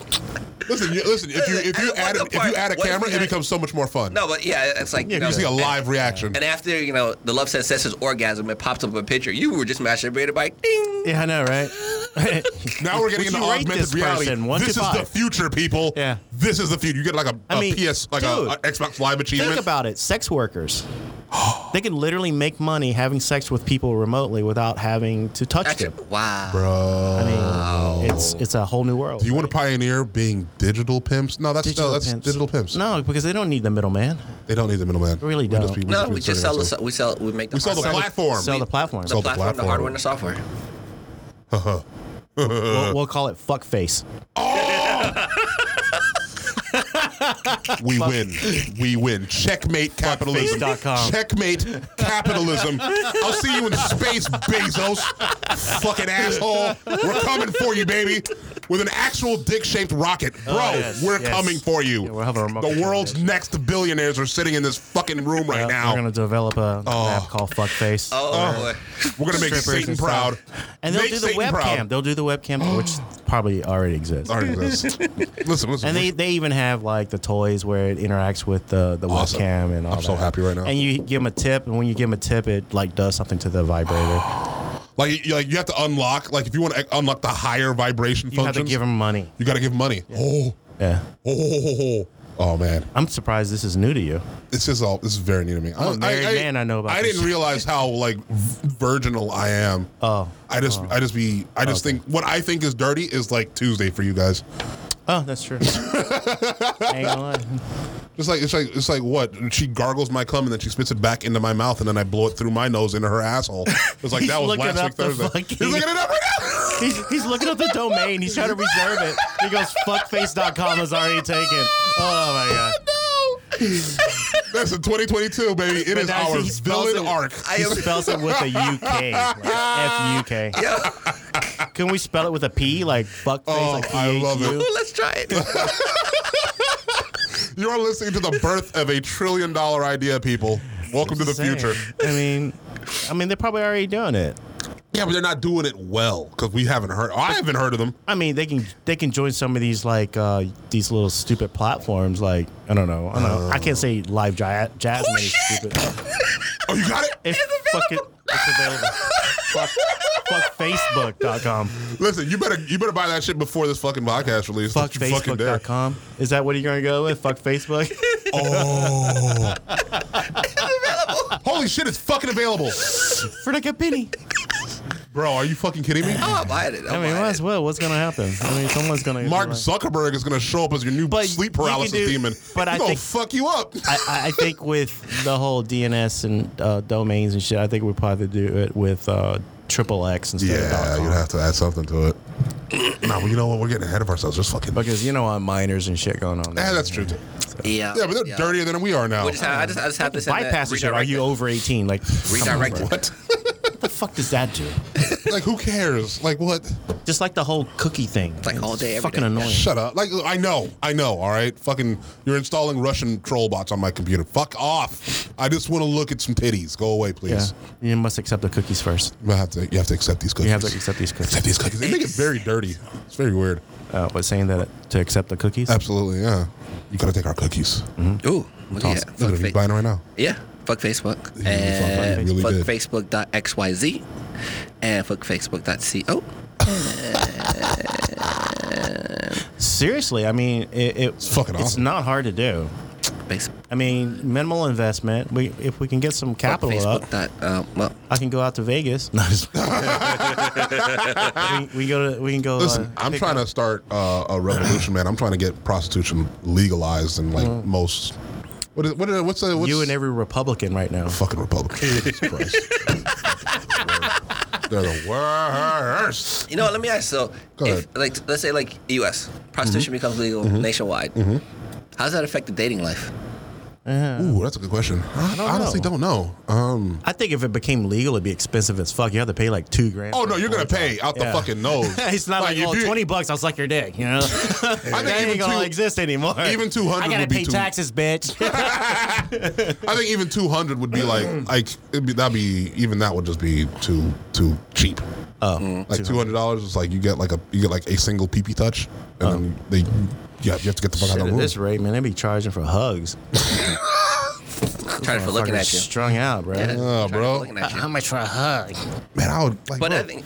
S1: Listen, you, listen. If you if
S2: I
S1: you
S2: don't want
S1: add a,
S2: the
S1: if you
S2: part-
S1: add a
S2: what if
S1: camera,
S2: we
S1: it
S2: had-
S1: becomes so much more fun.
S2: No, but yeah, it's like you
S3: Yeah,
S1: you
S2: know,
S1: see a live reaction.
S2: And after you know the love said says his orgasm, it pops up a picture. You were just masturbated by ding.
S3: Yeah, I
S2: [LAUGHS]
S3: know, right?
S1: Now we're getting
S3: Would
S1: into
S3: you rate
S1: augmented
S3: this
S1: reality.
S3: person? One to
S1: this is the
S3: five.
S1: future, people.
S3: Yeah.
S1: This is the future. You get like a,
S3: I
S1: a
S3: mean,
S1: PS, like a,
S3: dude,
S1: a Xbox Live achievement.
S3: Think about it. Sex workers. They can literally make money having sex with people remotely without having to touch
S2: That's-
S3: them.
S2: wow.
S1: Bro.
S3: I mean, it's it's a whole new world.
S1: Do you want to pioneer being digital pimps? No, that's no, that's digital pimps. Uh.
S3: No, because they don't need the middleman.
S1: They don't need the middleman.
S3: Really
S1: We just
S3: don't.
S1: be-
S2: No,
S1: be
S2: we just
S1: inserting
S2: sell the
S1: ourselves.
S2: so- we sell we make the
S1: We sell the
S2: hardware.
S1: platform.
S3: Sell the platform.
S2: The
S1: Sell the
S2: platform, the
S1: platform.
S2: hardware, and the software.
S3: We'll, we'll call it fuckface.
S1: We win. We win. Checkmate capitalism.
S3: Fuckface.com.
S1: Checkmate capitalism. I'll see you in space, Bezos. Fucking asshole. We're coming for you, baby. With an actual dick shaped rocket. Bro,
S3: Oh, yes,
S1: we're
S3: yes.
S1: coming for you.
S3: Yeah, we'll have a remote
S1: the
S3: control
S1: world's
S3: dish.
S1: next billionaires are sitting in this fucking room right
S3: Uh,
S1: now. Oh.
S3: We're gonna develop a app called Fuckface.
S2: Oh,
S1: We're gonna make
S3: Strippers
S1: Satan
S3: and
S1: proud.
S3: stuff. And they'll
S1: Make
S3: do the
S1: Satan
S3: webcam.
S1: proud.
S3: They'll do the
S1: [GASPS]
S3: webcam, which probably already exists.
S1: All right, listen, listen. listen.
S3: And they, they even have like the toys where it interacts with the, the
S1: Awesome.
S3: webcam and all
S1: I'm
S3: that.
S1: so happy right now.
S3: And you give them a tip, and when you give them a tip, it like does something to the vibrator.
S1: like, you, like you have to unlock. Like if you want to unlock the higher vibration
S3: You have
S1: functions,
S3: to give them money.
S1: you got to give money. Oh,
S3: Yeah.
S1: oh, oh, oh, oh. Oh, man,
S3: I'm surprised this is new to you.
S1: this is all. This is very new to me. I'm,
S3: a married man, I know about
S1: I
S3: this.
S1: didn't realize how like v- virginal I am.
S3: Oh.
S1: I just, I just be, I just think what I think is dirty is like Tuesday for you guys.
S3: Oh, that's true. I [LAUGHS] ain't gonna lie.
S1: Just like it's like it's like what she gargles my cum and then she spits it back into my mouth and then I blow it through my nose into her asshole. It's
S3: [LAUGHS]
S1: like
S3: He's
S1: that was
S3: looking
S1: last
S3: up
S1: week
S3: the
S1: Thursday.
S3: fucking-
S1: He's looking it up right now.
S3: He's, he's looking up the domain. He's trying to reserve it. He goes, fuckface.com is already taken. Oh my God.
S1: That's in 2022, baby. It is
S3: now
S1: our
S3: he spells
S1: villain
S3: it-
S1: arc.
S2: I
S3: He
S2: am-
S3: spells it with a UK. Like F-U-K.
S2: yeah.
S1: [LAUGHS]
S3: Can we spell it with a P? Like fuckface?
S1: Oh,
S3: like
S1: I love it.
S3: P-H-U?
S2: Ooh, [LAUGHS] let's try it.
S1: You are listening to the birth of a trillion dollar idea, people. Welcome to the
S3: Same.
S1: future.
S3: I mean, I mean, they're probably already doing it.
S1: Yeah, but they're not doing it well because we haven't heard. I haven't heard of them.
S3: I mean, they can they can join some of these like uh, these little stupid platforms. Like I don't know, I don't know. I can't say live jazz. Jasmine is stupid.
S1: Oh, you got it.
S3: It's, fucking it's available. fuck, fuck Facebook.com.
S1: Listen, you better you better buy that shit before this fucking podcast release.
S3: Fuck
S1: Don't you fucking dare.
S3: Facebook.com. Is that what you're gonna go with? Fuck
S1: [LAUGHS]
S3: Facebook.
S1: Holy shit, it's fucking available,
S3: For like a penny.
S1: bro. Are you fucking
S3: [LAUGHS]
S1: kidding me?
S2: Oh, I'm buying it. I'm
S3: I mean, might
S2: buying
S3: as
S2: it.
S3: well. What's gonna happen? I mean, someone's gonna.
S1: Mark Zuckerberg is gonna show up as your new
S3: But you
S1: sleep
S3: can
S1: paralysis
S3: do-
S1: demon.
S3: but I
S1: He's gonna
S3: think-
S1: fuck you up.
S3: I- I, I think with the whole DNS and uh, domains and shit, I think we probably do it with uh, triple X instead of
S1: Yeah,
S3: dot com.
S1: you'd have to add something to [CLEARS THROAT] it. no, but you know what? We're getting ahead of ourselves. Just fucking.
S3: because you know, on miners and shit going on.
S1: Yeah, that's true. Too.
S2: Yeah.
S1: Yeah, but they're dirtier than we are now.
S2: We just uh, have, I just I just have to send that-
S3: Bypass the shit. Are
S2: redirect
S3: you
S2: it.
S3: over 18? Like,
S2: redirect it?
S3: what the fuck does that do?
S1: like, who cares? Like, what?
S3: Just like the whole cookie thing.
S2: like all day, every
S3: fucking
S2: day.
S3: annoying.
S1: Shut up. Like, I know, I know. All right, fucking, you're installing Russian troll bots on my computer. Fuck off. I just want to look at some titties. Go away,
S3: Yeah.
S1: please.
S3: You must accept the cookies first.
S1: You have to. You have to accept these cookies.
S3: You have to accept these cookies.
S1: Accept these cookies. They make it very dirty. It's very weird.
S3: Uh, but saying that to accept the cookies?
S1: Absolutely. Yeah. You gotta take our cookies.
S2: Ooh, look at that.
S1: Look
S2: Fuck
S1: at them. You
S2: Fa-
S1: buying it right now.
S2: Yeah, fuck Facebook.
S1: really
S2: and
S1: fucking-
S2: fuck
S1: really
S2: Facebook.xyz and fuck Facebook.co.
S3: Seriously, I mean, it, it, it's
S1: fucking
S3: It's
S1: awesome.
S3: not hard to do.
S2: Face-
S3: I mean, minimal investment. We if we can get some
S2: fuck
S3: capital up,
S2: Facebook. Dot, um, well,
S3: I can go out to Vegas. No,
S1: [LAUGHS]
S3: just- [LAUGHS] we, we go to we can go.
S1: Listen,
S3: uh,
S1: I'm
S3: pick
S1: trying
S3: up-
S1: to start uh, a revolution, man. I'm trying to get prostitution legalized in like most. What is what? Is, what's the what's
S3: you and every Republican right now.
S1: fucking Republican? Jesus Christ. [LAUGHS] They're the worst.
S2: you know what? Let me ask. So,
S1: Go
S2: if,
S1: ahead. Mm-hmm.
S2: like, let's say, like, U.S. prostitution becomes legal nationwide. How does that affect the dating life?
S1: Ooh, that's a good question. I,
S3: don't
S1: honestly
S3: know.
S1: don't know. Um,
S3: I think if it became legal, it'd be expensive as fuck. You have to pay like two grand.
S1: oh
S3: for
S1: no,
S3: a
S1: you're gonna
S3: blowjob.
S1: pay out
S3: Yeah.
S1: the fucking nose.
S3: [LAUGHS] it's not like,
S1: if
S3: oh,
S1: you-
S3: 20 bucks, I'll suck your dick,
S1: [LAUGHS]
S3: you know? [LAUGHS] that
S1: even
S3: ain't gonna
S1: two-
S3: exist anymore.
S1: even 200
S3: I gotta
S1: would be
S3: pay
S1: too-
S3: taxes, bitch.
S1: I think even 200 would be like
S3: [CLEARS THROAT]
S1: like it'd be, that'd be even that would just be too too cheap. Mm.
S3: oh,
S1: Like two hundred dollars is like you get like a you get like a single pee pee touch, and then they yeah you have to get the fuck out of
S3: Oh. Shit,
S1: the
S3: at
S1: room.
S3: this rate, man, they be charging for hugs.
S2: Trying for looking
S3: Fuckers
S2: at you.
S3: Strung out, bro.
S1: Yeah,
S2: Trying for
S1: bro.
S2: looking at you.
S3: much for a hug?
S1: Man, I would like.
S2: But
S1: bro,
S2: I think,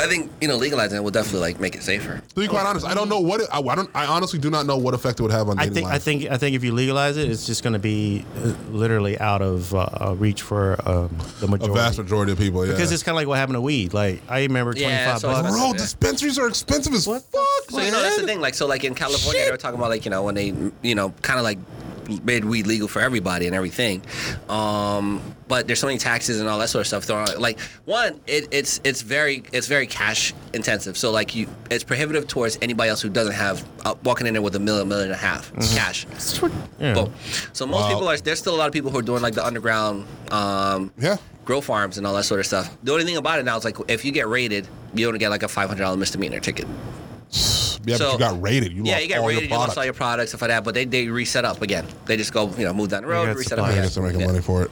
S2: I think you know, legalizing it will definitely like make it safer.
S1: to be quite honest, I don't know what it, I, I don't. I honestly do not know what effect it would have on
S3: I
S1: dating
S3: think I
S1: life.
S3: think I think if you legalize it, it's just going to be uh, literally out of uh, uh, reach for um, the majority.
S1: a vast majority of people. Yeah,
S3: because it's kind of like what happened to weed. Like I remember
S2: Yeah,
S3: twenty five
S2: so I was
S3: bucks.
S2: about
S1: bro, dispensaries are expensive as
S3: What the
S1: fuck.
S2: So you know that's the
S1: man.
S2: thing. Like so, like in California, they were talking about like you know when they you know kind of like made weed legal for everybody and everything. Um, but there's so many taxes and all that sort of stuff. Thrown on. Like one, it, it's it's very it's very cash intensive. So like you, it's prohibitive towards anybody else who doesn't have uh, walking in there with a million million and a half cash.
S3: Mm-hmm. Yeah.
S2: Boom. So most
S1: Wow.
S2: people are there's still a lot of people who are doing like the underground um,
S1: Yeah.
S2: grow farms and all that sort of stuff. The only thing about it now is like if you get raided, you only get like a five hundred dollar misdemeanor ticket.
S1: Yeah, but
S2: So-
S1: you got raided. You
S2: yeah,
S1: lost
S2: you got
S1: all
S2: raided, you
S1: your
S2: lost
S1: product.
S2: all your products, stuff like that. But they, they reset up again. They just go, you know, move down the road,
S3: got
S2: reset up
S3: supply.
S1: I
S2: again.
S1: guess they're making
S2: Yeah.
S1: money for it.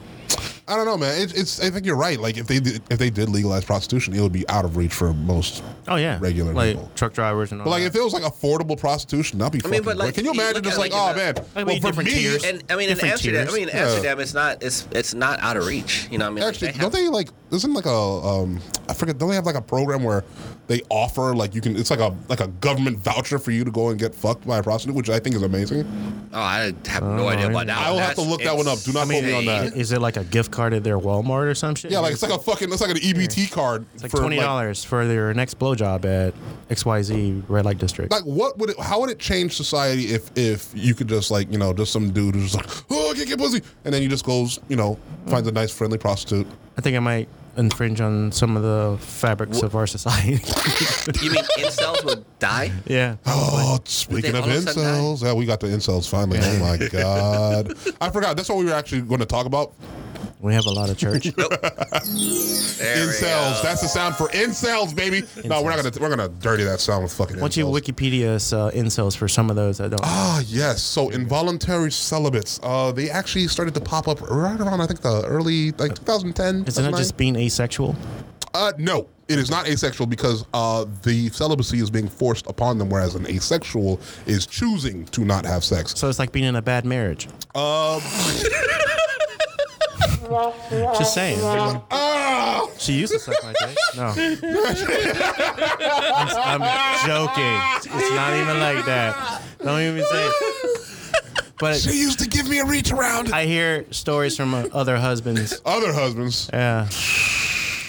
S1: I don't know, man. It, it's. I think you're right. Like if they did, if they did legalize prostitution, it would be out of reach for most.
S3: Oh yeah,
S1: Regular
S3: like
S1: people.
S3: truck drivers and all.
S1: But like
S3: that.
S1: if it was like affordable prostitution, that'd be. I
S2: Uh-huh. mean,
S1: mean,
S2: but, like,
S1: can you
S2: you
S1: imagine
S2: look
S1: just
S2: at,
S1: like,
S2: like,
S1: oh
S2: in
S1: man,
S2: the-
S3: Like, we
S1: well, for
S3: different
S1: me,
S3: tiers.
S2: And I mean, in
S3: Different
S2: Amsterdam, I
S3: tiers.
S2: mean, in
S1: Yeah.
S2: Amsterdam, it's not, it's, it's not out of reach. You know, what I mean, Like,
S1: Actually,
S2: they
S1: don't
S2: have-
S1: they like? Isn't like a um? I forget. Don't they have like a program where they offer like you can? It's like a like a government voucher for you to go and get fucked by a prostitute, which I think is amazing.
S2: Oh, I have no idea about that.
S1: I will have to
S2: That's
S1: look that one up. Do not quote me on
S2: insane.
S1: that.
S3: is it like a gift card at their Walmart or some shit?
S1: Yeah, like it's like a fucking. It's like an EBT card
S3: It's like twenty dollars for their next blowjob at XYZ Red Light District.
S1: Like, what would it? How would it change society if if you could just like you know just some dude who's like oh I can't get pussy and then he just goes you know finds a nice friendly prostitute.
S3: I think I might infringe on some of the fabrics of our society. [LAUGHS]
S2: [LAUGHS] You mean incels would die?
S3: yeah.
S1: Oh, speaking
S2: they
S1: of
S2: all of a sudden
S1: incels, yeah, we got the incels finally. Oh my god, I forgot. That's what we were actually going to talk about.
S3: We have a lot of [LAUGHS] church.
S2: There we
S1: Incels.
S2: go.
S1: That's the sound for incels, baby. No, we're not gonna we're gonna dirty that sound with fucking.
S3: Why don't you
S1: incels.
S3: Wikipedia us uh, incels for some of those that don't?
S1: Ah, yes. So involuntary celibates. Uh, they actually started to pop up right around I think the early like 2010.
S3: Is it not just being asexual?
S1: Uh, no, it is not asexual because uh, the celibacy is being forced upon them, whereas an asexual is choosing to not have sex.
S3: So it's like being in a bad marriage. Um. Just saying.
S1: [LAUGHS] Ah,
S3: She used to suck my dick. [LAUGHS] No. I'm, I'm joking. It's not even like that. Don't even say it. But
S1: she used to give me a reach around.
S3: I hear stories from uh, other husbands.
S1: Other husbands.
S3: Yeah.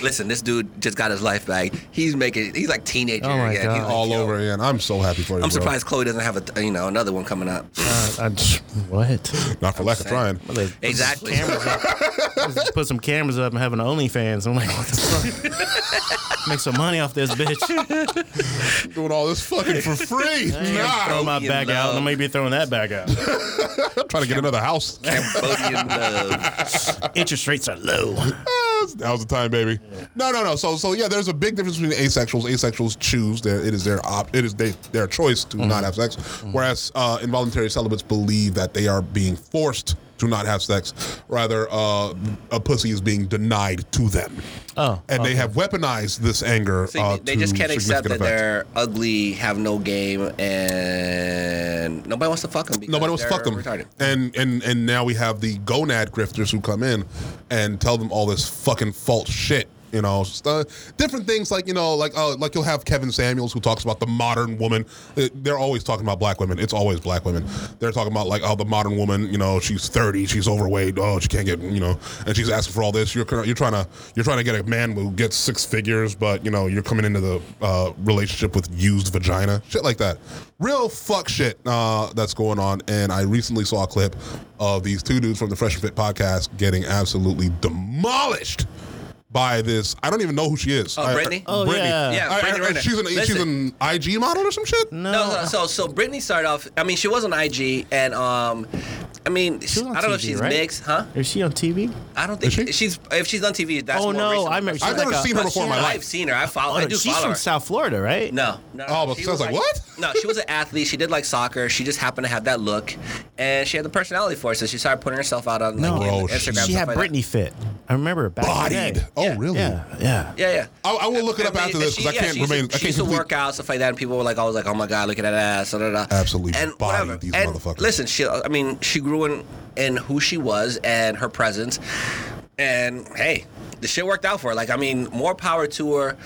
S2: Listen, this dude just got his life back. He's making, he's like teenager
S3: Oh my
S2: again.
S3: God.
S2: He's like,
S1: All
S2: yo,
S1: over again. I'm so happy for you.
S2: I'm
S1: bro.
S2: surprised Chloe doesn't have a, you know, another one coming up.
S3: Uh, I'm- [LAUGHS] what?
S1: Not for lack of trying.
S3: Well, they put
S2: Exactly.
S3: some cameras up. Just put some cameras up and having an OnlyFans. I'm like, what the fuck? Make some money off this
S1: [LAUGHS]
S3: bitch.
S1: Doing all this fucking for free.
S3: Throw
S1: nah,
S3: my back out, and I'm gonna be throwing that back out.
S1: I'm trying to get another house.
S2: Cambodian love.
S3: Interest rates are low.
S1: That was the time, baby. No, no, no. So, so yeah, there's a big difference between asexuals. Asexuals choose their it is their op it is they, their choice to not have sex,
S2: Mm-hmm.
S1: whereas uh, involuntary celibates believe that they are being forced to not have sex. Rather, uh, a pussy is being denied to them,
S3: Oh,
S1: and they have weaponized this anger.
S2: See,
S1: uh,
S2: they just
S1: to
S2: can't accept that
S1: significant effect.
S2: they're ugly, have no game, and nobody wants to fuck them. Because
S1: Nobody wants to
S2: they're
S1: fuck them.
S2: Retarded.
S1: And and and now we have the gonad grifters who come in and tell them all this fucking false shit. You know, Just, uh, different things like you know, like uh, like you'll have Kevin Samuels who talks about the modern woman. Uh, They're always talking about black women. It's always black women. They're talking about like oh the modern woman. You know, she's thirty, she's overweight. Oh, she can't get you know, and she's asking for all this. You're you're trying to you're trying to get a man who gets six figures, but you know you're coming into the uh, relationship with used vagina, shit like that. Real fuck shit uh, that's going on. And I recently saw a clip of these two dudes from the Fresh and Fit podcast getting absolutely demolished by this. I don't even know who she is.
S2: Oh,
S1: I- I-
S2: Brittany?
S3: Oh,
S1: Brittany.
S3: yeah.
S2: Yeah,
S1: I- I-
S2: Brittany
S1: I-
S2: Renner.
S1: she's an she's an IG model or some shit.
S2: No, no, so so Brittany started off. I mean, she was on IG, and um, I mean, sh-
S3: was on
S2: I don't know if
S3: TV,
S2: she's
S3: right?
S2: mixed, huh?
S3: Is she on TV?
S2: I don't think
S1: Is she?
S2: she's. If she's on TV, that's
S3: oh
S2: more
S3: no,
S2: recent.
S3: I remember.
S1: I've
S3: she's
S1: never
S3: like a-
S1: seen her before in my
S3: she's
S1: life.
S2: I've seen her. I follow. I do
S3: she's
S2: follow
S3: from
S2: her.
S3: South Florida, right?
S2: No, no.
S1: Oh, but
S2: she
S1: sounds like, what?
S2: No, she was an athlete. She did like soccer. She just happened to have that look, and she had the personality for it. So she started putting herself out on like,
S3: No.
S1: Bro,
S2: in- Instagram.
S3: she
S2: stuff
S3: had
S2: like
S3: Britney fit. I remember it back in the
S1: Bodied.
S3: day.
S1: Oh,
S2: Yeah.
S1: really?
S3: Yeah, yeah.
S2: That. Yeah, yeah.
S1: I, I will look it up
S2: mean,
S1: after this
S2: she-
S1: because I
S2: yeah,
S1: can't
S2: she used to-
S1: remain. I
S2: She
S1: can't
S2: used to
S1: complete-
S2: work out stuff like that, and people were like, "I was like, oh my god, look at that ass." Da, da, da.
S1: Absolutely
S2: and
S1: bodied
S2: whatever.
S1: these
S2: and
S1: motherfuckers.
S2: Listen, she. I mean, she grew in in who she was and her presence, and hey, the shit worked out for her. Like, I mean, more power to her.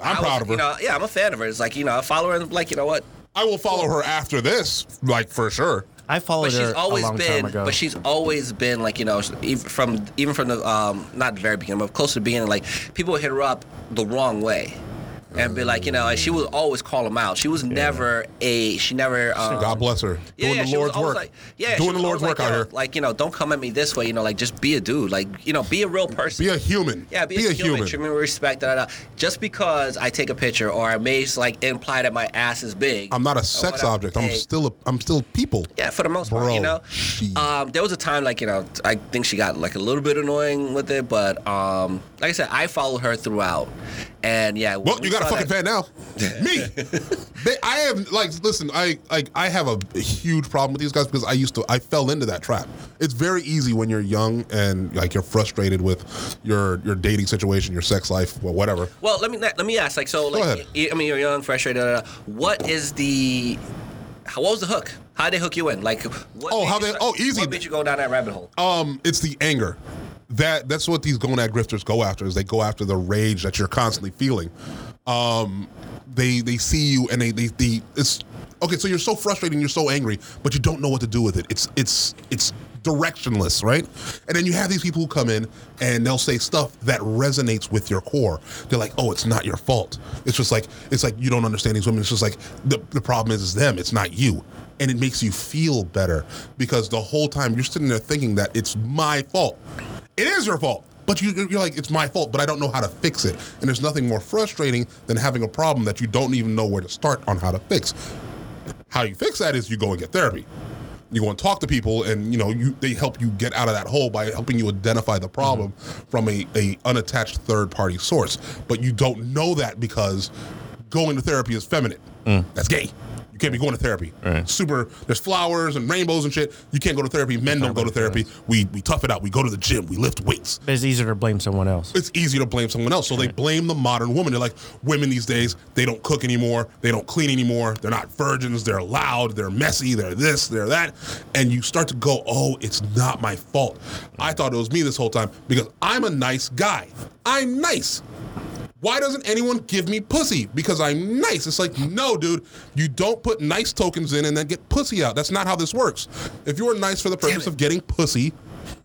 S1: I'm
S2: I was,
S1: proud of her.
S2: You know, yeah, I'm a fan of her. It's like you know, I follow her. And like you know what?
S1: I will follow her after this, like for sure.
S3: I followed
S2: But she's
S3: her
S2: always
S3: a long
S2: been,
S3: time ago.
S2: but she's always been like you know, even from even from the um, not the very beginning, but close to the beginning, like people would hit her up the wrong way, and be like you know, and she would always call them out. She was never a she never. Um,
S1: God bless her.
S2: yeah,
S1: Doing
S2: yeah, she
S1: the
S2: was
S1: Lord's
S2: always
S1: work.
S2: Like, yeah, she
S1: Doing the
S2: was
S1: Lord's
S2: always
S1: work
S2: like,
S1: out
S2: yo,
S1: here.
S2: Like you know, don't come at me this way. You know, like just be a dude. Like you know, be a real person.
S1: Be a human.
S2: Yeah, be, a, human. Treat me with respect. Da, da, da. Just because I take a picture or I may like imply that my ass is big.
S1: I'm not
S2: or
S1: a sex
S2: Oh, whatever,
S1: object. I'm
S2: hey,
S1: still a, I'm still people.
S2: yeah, for the most part, you
S1: Bro,
S2: know.
S1: she-
S2: Um, there was a time like you know, I think she got like a little bit annoying with it, but um, like I said, I followed her throughout, and yeah. when
S1: Well,
S2: we
S1: you got a
S2: saw
S1: fucking
S2: that-
S1: fan now.
S2: [LAUGHS]
S1: Me. They- I have like listen. I like I have a huge problem with these guys because I used to I fell into that trap. It's very easy when you're young and like you're frustrated with your your dating situation, your sex life, well, whatever.
S2: Well, let me let me ask. Like, so,
S1: ahead.
S2: like, y- I mean, you're young, frustrated. Da, da, da. What is the? How, what was the hook? How did they hook you in? Like, what
S1: Oh,
S2: made
S1: how
S2: you
S1: they-
S2: start-
S1: oh, easy.
S2: What made you go down that rabbit hole?
S1: Um, it's the anger. That that's what these gonad grifters go after. Is they go after the rage that you're constantly feeling. Um, they they see you and they they, they it's okay. So you're so frustrated, and you're so angry, but you don't know what to do with it. It's it's it's directionless, right? And then you have these people who come in and they'll say stuff that resonates with your core. They're like, "Oh, it's not your fault." It's just like it's like you don't understand these women. It's just like the the problem is, is them. It's not you and it makes you feel better because the whole time you're sitting there thinking that it's my fault. It is your fault, but you, you're like, it's my fault, but I don't know how to fix it. And there's nothing more frustrating than having a problem that you don't even know where to start on how to fix. How you fix that is you go and get therapy. You go and talk to people, and you know you, they help you get out of that hole by helping you identify the problem from a, a unattached third party source. But you don't know that because going to therapy is feminine. That's gay. You can't be going to therapy. Super. There's flowers and rainbows and shit. You can't go to therapy. Men don't go to therapy. We we tough it out. We go to the gym. We lift weights
S3: But it's easier to blame someone else.
S1: it's easier to blame someone else. So they blame the modern woman. They're like, women these days, they don't cook anymore, they don't clean anymore, they're not virgins, they're loud, they're messy, they're this, they're that. And you start to go, oh, it's not my fault. I thought it was me this whole time because I'm a nice guy. I'm nice. Why doesn't anyone give me pussy? Because I'm nice. It's like, no, dude, you don't put nice tokens in and then get pussy out. That's not how this works. If you are nice for the purpose of getting pussy,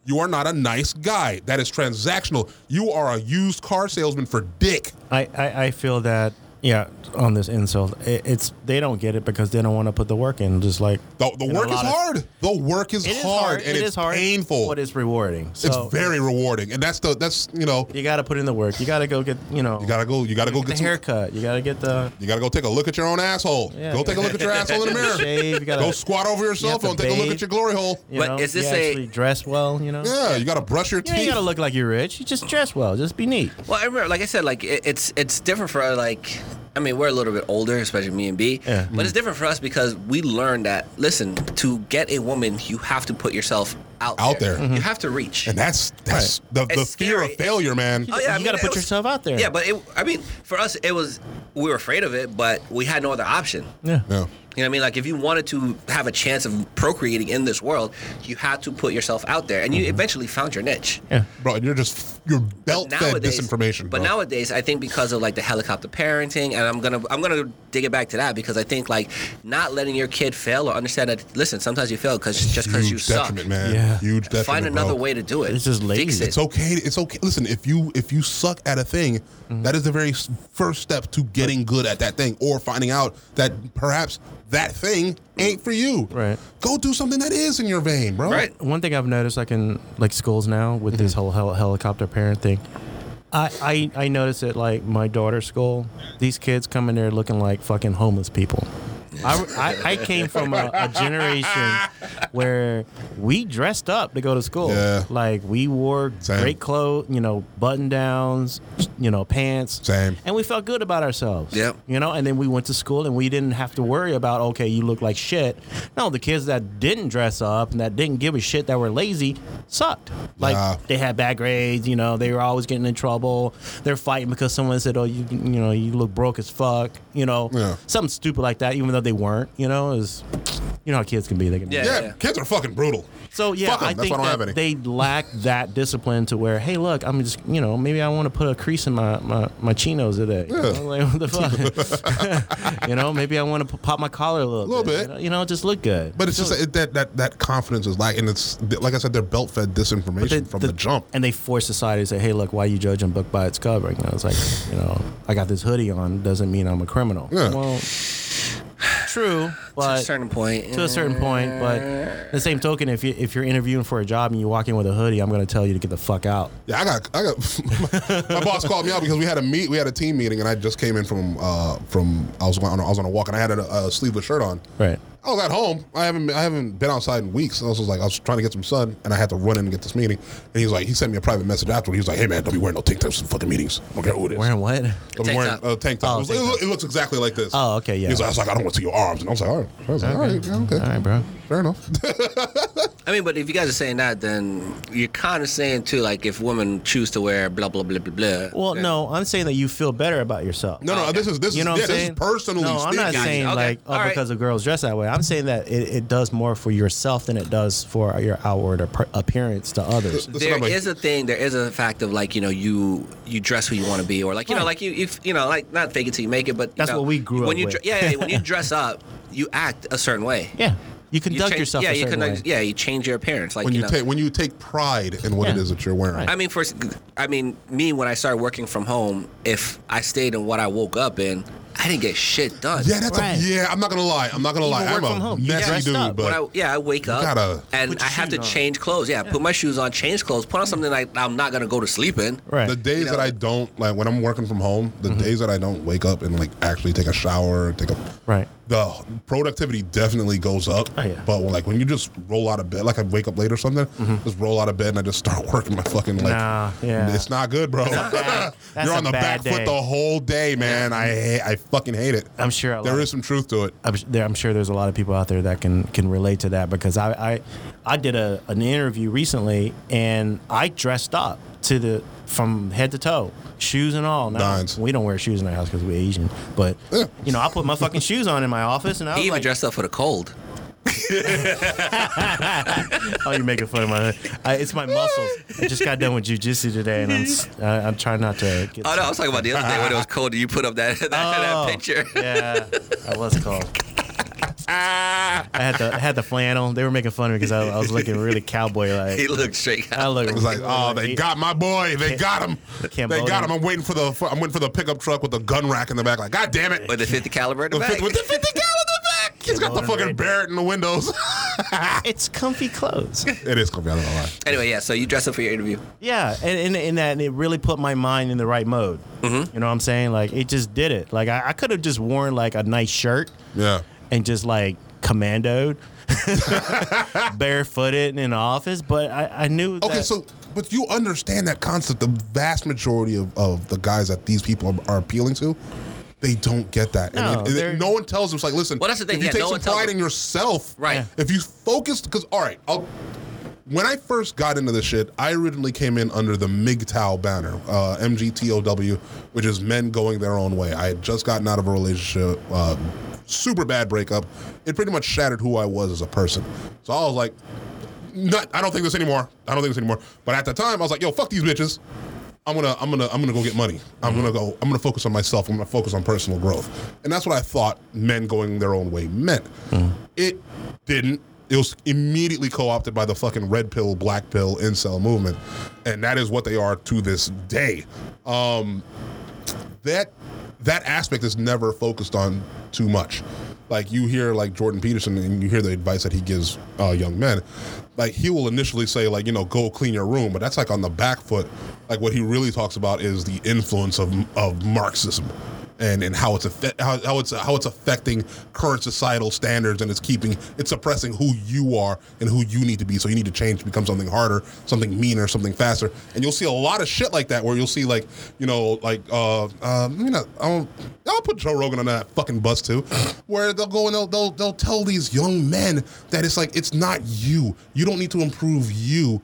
S1: you are not a nice guy. That is transactional. You are a used car salesman for dick.
S3: I, I, I feel that yeah on this insult it, it's they don't get it because they don't want to put the work in just like
S1: The, the
S3: in a
S1: work is
S3: lot of-
S1: hard. the work is,
S3: It
S1: hard,
S3: is
S1: and
S3: It
S1: it's
S3: is hard,
S1: painful.
S3: but it's rewarding so
S1: it's very rewarding, and that's the that's you know
S3: you got to put in the work you got to go get you know
S1: you gotta go you gotta go
S3: the
S1: get some,
S3: haircut you got to get the
S1: you gotta go take a look at your own asshole.
S3: Yeah,
S1: go
S3: you
S1: take a
S3: gotta- [LAUGHS]
S1: look at your asshole in the mirror.
S3: shave you got
S1: Go
S3: to
S1: squat over your cell
S3: have to
S1: phone. Take a look
S3: bathe.
S1: at your glory hole.
S3: you
S2: But
S3: know,
S2: is this
S3: you
S2: a-
S3: actually dress well you know
S1: Yeah, you gotta brush your
S3: You
S1: teeth.
S3: ain't gotta look like you're rich. You just dress well. Just be neat.
S2: Well, I remember, like I said, like it, it's it's different for uh, like. I mean, we're a little bit older, especially me and B.
S3: Yeah.
S2: But it's different for us because we learned that. Listen, to get a woman, you have to put yourself out
S1: Out there.
S2: You have to reach.
S1: And that's that's the, the
S2: It's
S1: fear
S2: scary.
S1: of failure, man.
S2: Oh,
S3: You
S2: yeah, I mean,
S3: gotta
S2: it
S3: put
S2: was-
S3: yourself out there.
S2: Yeah, but it, I mean, for us, it was we were afraid of it, but we had no other option.
S3: Yeah.
S1: Yeah.
S2: You know what I mean? Like if you wanted to have a chance of procreating in this world, you had to put yourself out there, and you eventually found your niche.
S3: Yeah.
S1: Bro, you're just you're belt fed disinformation.
S2: But
S1: bro.
S2: nowadays, I think because of like the helicopter parenting, and I'm gonna I'm gonna dig it back to that because I think like not letting your kid fail or understand that listen, sometimes you fail because just because
S1: huge
S2: you suck.
S1: detriment, man.
S3: Yeah.
S1: Huge detriment.
S2: Find another
S1: bro.
S2: way to do it.
S3: It's just lazy.
S2: Fix it.
S1: It's okay. It's okay. Listen, if you if you suck at a thing,
S3: Mm-hmm.
S1: that is the very s- first step to getting good at that thing, or finding out that perhaps that thing ain't for you.
S3: Right.
S1: Go do something that is in your vein, bro.
S2: right.
S3: One thing I've noticed, like in like schools now, with
S1: Mm-hmm.
S3: this whole hel- helicopter parent thing, I, I I notice it like my daughter's school. These kids come in there looking like fucking homeless people. I, I, I came from a, a generation where we dressed up to go to school.
S1: Yeah.
S3: Like we wore
S1: Same.
S3: great clothes, you know, button downs, you know, pants.
S1: Same.
S3: And we felt good about ourselves.
S2: Yep.
S3: You know, and then we went to school and we didn't have to worry about, okay, you look like shit. No, the kids that didn't dress up and that didn't give a shit that were lazy sucked. Like
S1: Nah.
S3: they had bad grades, you know, they were always getting in trouble. They're fighting because someone said, Oh, you you know, you look broke as fuck, you know.
S1: Yeah.
S3: Something stupid like that, even though they weren't, you know, is you know how kids can be. They can be.
S2: Yeah.
S1: Yeah, kids are fucking brutal.
S3: So yeah,
S1: Fuck 'em.
S3: I
S1: That's
S3: think
S1: why I don't
S3: that
S1: have any.
S3: they lack that discipline to where, hey, look, I'm just, you know, maybe I want to put a crease in my my, my chinos today. You
S1: Yeah.
S3: know, like, what the fuck? [LAUGHS] you know, maybe I want to pop my collar a little,
S1: Little bit.
S3: You know, you know, just look good.
S1: But it's just it, that that that confidence is like, and it's like I said, they're belt fed disinformation
S3: They-
S1: from the,
S3: [LAUGHS]
S1: jump.
S3: and they force society to say, "Hey, look, why you judge a book by its cover?" You know, it's like, you know, I got this hoodie on doesn't mean I'm a criminal.
S1: Yeah.
S3: Well, true,
S2: to
S3: but
S2: a certain point.
S3: to a certain point. But the same token, if you if you're interviewing for a job and you walk in with a hoodie, I'm going to tell you to get the fuck out.
S1: Yeah, I got, I got. [LAUGHS] My, boss called me out because we had a meet, we had a team meeting, and I just came in from, uh, from I was on, I was on a walk, and I had a, a sleeveless shirt on.
S3: Right.
S1: I was at home. I haven't, I haven't been outside in weeks. And I was just like, I was trying to get some sun, and I had to run in and get this meeting. And he's like, he sent me a private message afterward. He was like, Hey man, don't be wearing no tank tops in fucking meetings. I don't care who it is.
S3: Wearing what?
S1: Don't be
S2: Tank
S1: wearing
S2: top.
S1: a tank
S3: Oh,
S1: top. It was-
S3: tank
S1: it, loo- it looks exactly like this.
S3: Oh, okay, yeah.
S1: He was like, I was like, I don't want to see your arms, and I was like, All right, I was like, all right, yeah, okay,
S3: All right, bro.
S1: fair enough.
S2: I mean, but if you guys are saying that, then you're kind of saying too, like if women choose to wear blah blah blah blah blah.
S3: Well,
S2: then-
S3: no, I'm saying that you feel better about yourself.
S1: No, no, this is this is
S3: You know what
S1: yeah,
S3: I'm
S1: this
S3: saying?
S1: is personally.
S3: No, I'm not
S1: speaking.
S3: saying
S2: Okay.
S3: like, oh,
S2: All right.
S3: because the girls dress that way. I'm saying that it, it does more for yourself than it does for your outward ap- appearance to others.
S1: Listen,
S2: there
S1: I'm like-
S2: is a thing. There is a fact of like you know you you dress who you want to be, or like you know like you if you know like not fake it till you make it, but you
S3: That's
S2: know,
S3: what we grew
S2: when
S3: up
S2: you
S3: with.
S2: dre- yeah, yeah, when
S3: [LAUGHS]
S2: you dress up, you act a certain way.
S3: Yeah, you
S2: You
S3: conduct
S2: change-
S3: yourself.
S2: Yeah,
S3: a
S2: you
S3: certain
S1: uh,
S3: way.
S2: Yeah, you change your appearance. Like
S1: when you,
S2: know,
S1: take when you take pride in what it
S3: Yeah.
S1: is that you're wearing.
S3: Right.
S2: I mean, first, I mean, me when I started working from home, if I stayed in what I woke up in, I didn't get shit done.
S1: Yeah, that's
S3: Right.
S1: a, yeah. I'm not gonna lie. I'm not gonna lie.
S3: Even
S1: I'm
S3: work from
S1: a
S3: home. You
S1: messy
S3: dressed
S1: dude,
S3: up.
S1: but
S2: When I, yeah, I wake up
S1: gotta-
S2: and
S3: Put
S2: I
S3: your
S2: have to
S3: shoes on.
S2: change clothes. Yeah, put my shoes on, change clothes, put on something like I'm not gonna go to sleep in.
S3: Right. Mm-hmm.
S1: the days
S2: know.
S1: that I don't like when I'm working from home, the days that I don't wake up and like actually take a shower, take a
S3: Right.
S1: the productivity definitely goes up.
S3: Oh, yeah.
S1: But like when you just roll out of bed, like I wake up late or something, just roll out of bed and I just start [LAUGHS] working my fucking like.
S3: Mm-hmm. Nah, yeah.
S1: It's not good, bro.
S3: bad-
S1: [LAUGHS]
S3: that's
S1: You're on
S3: a
S1: the
S3: bad
S1: back foot
S3: day.
S1: the whole day, man. I hate, I fucking hate it.
S3: I'm sure a lot
S1: there
S3: of-
S1: is some truth to it.
S3: I'm, s- there, I'm sure there's a lot of people out there that can can relate to that because I I, I did a, an interview recently and I dressed up to the from head to toe, shoes and all. Now,
S1: Nines.
S3: We don't wear shoes in our house because we're Asian, but you know I put my fucking shoes on in my office and I
S2: He
S3: was
S2: even
S3: like,
S2: dressed up for the cold.
S3: "Oh, you're making fun of my I, it's my muscles. I just got done with jujitsu today and I'm s- I, am i am trying not to get. Oh,
S2: Oh no, I was talking about the other day when it was cold and you put up that [LAUGHS] that, that picture. [LAUGHS]
S3: Yeah, I was cold.
S1: Ah!
S3: I had the I had the flannel. They were making fun of me because I, I was looking really cowboy like.
S2: He looked straight.
S3: I look. [LAUGHS]
S1: It's like, oh, they got my boy. They got him. They got
S3: Cambodian.
S1: him. I'm waiting for the. I'm waiting for the pickup truck with the gun rack in the back. Like, god damn it.
S2: with the 50 caliber in the
S1: With
S2: back.
S1: the- with the 50 cal in the back. He's got the
S3: Cambodian
S1: fucking
S3: rape.
S1: Barrett in the windows. [LAUGHS]
S3: It's comfy clothes.
S1: it is gonna be. I don't know why.
S2: anyway, yeah. So you dress up for your interview.
S3: yeah, and in, in that, and it really put my mind in the right mode.
S2: Mm-hmm.
S3: You know what I'm saying? Like it just did it. Like I, I could have just worn like a nice shirt
S1: Yeah.
S3: and just like commandoed, [LAUGHS] barefooted in the office, but I, I knew.
S1: Okay,
S3: that-
S1: so but you understand that concept. The vast majority of, of the guys that these people are, are appealing to, they don't get that. And
S3: No,
S1: it- and it-
S3: they're-
S1: no one tells them. It's like, listen,
S2: Well, that's the thing,
S1: if you
S2: yeah,
S1: take
S2: no
S1: some
S2: one tells
S1: pride
S2: them.
S1: in yourself,
S2: Right. Yeah.
S1: If you focus, because all right, I'll. When I first got into this shit, I originally came in under the MGTOW banner, uh, MGTOW, which is men going their own way. I had just gotten out of a relationship, uh, super bad breakup. It pretty much shattered who I was as a person. So I was like, not, I don't think this anymore. I don't think this anymore. But at the time, I was like, yo, fuck these bitches. I'm gonna, I'm gonna, I'm gonna go get money. I'm gonna go. I'm gonna focus on myself. I'm gonna focus on personal growth, and that's what I thought men going their own way meant. It didn't. It was immediately co-opted by the fucking red pill, black pill, incel movement, and that is what they are to this day. Um, that that aspect is never focused on too much. Like you hear like Jordan Peterson and you hear the advice that he gives uh, young men. Like he will initially say like you know go clean your room, but that's like on the back foot. Like what he really talks about is the influence of of Marxism. and and how it's affe- how, how it's how it's affecting current societal standards and it's keeping it's suppressing who you are and who you need to be. So you need to change to become something harder, something meaner, something faster. And you'll see a lot of shit like that where you'll see like you know like uh, uh you know I'll, I'll put Joe Rogan on that fucking bus too, where they'll go and they'll they'll they'll tell these young men that it's like it's not you. You don't need to improve you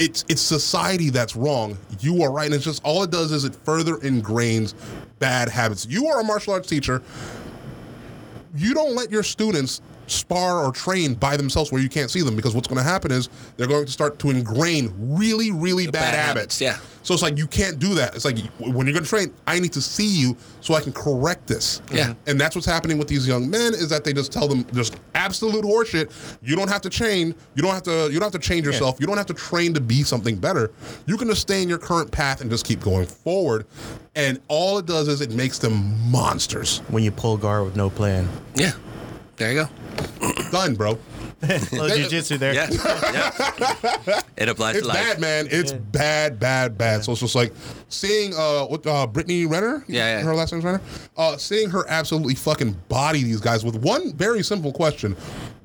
S1: it's it's society that's wrong. You are right, and it's just all it does is it further ingrains bad habits. You are a martial arts teacher. You don't let your students spar or train by themselves where you can't see them because what's going to happen is they're going to start to ingrain really really bad,
S2: bad
S1: habits.
S2: habits, yeah.
S1: So it's like you can't do that. It's like when you're going to train, I need to see you so I can correct this.
S2: Yeah.
S1: And that's what's happening with these young men is that they just tell them just absolute horseshit. You don't have to change. You don't have to. You don't have to change yourself. You don't have to train to be something better. You can just stay in your current path and just keep going forward. And all it does is it makes them monsters.
S3: when you pull guard with no
S1: [LAUGHS]
S3: plan.
S2: Yeah. There you go.
S1: Done, bro.
S3: Little jujitsu Oh, there.
S2: Yeah. [LAUGHS] Yeah. It applies
S1: It's
S2: to life.
S1: bad, man. It's bad, bad, bad. So it's just like seeing uh, what, uh Brittany Renner.
S2: Yeah, yeah.
S1: her last name's Renner. Uh, seeing her absolutely fucking body these guys with one very simple question: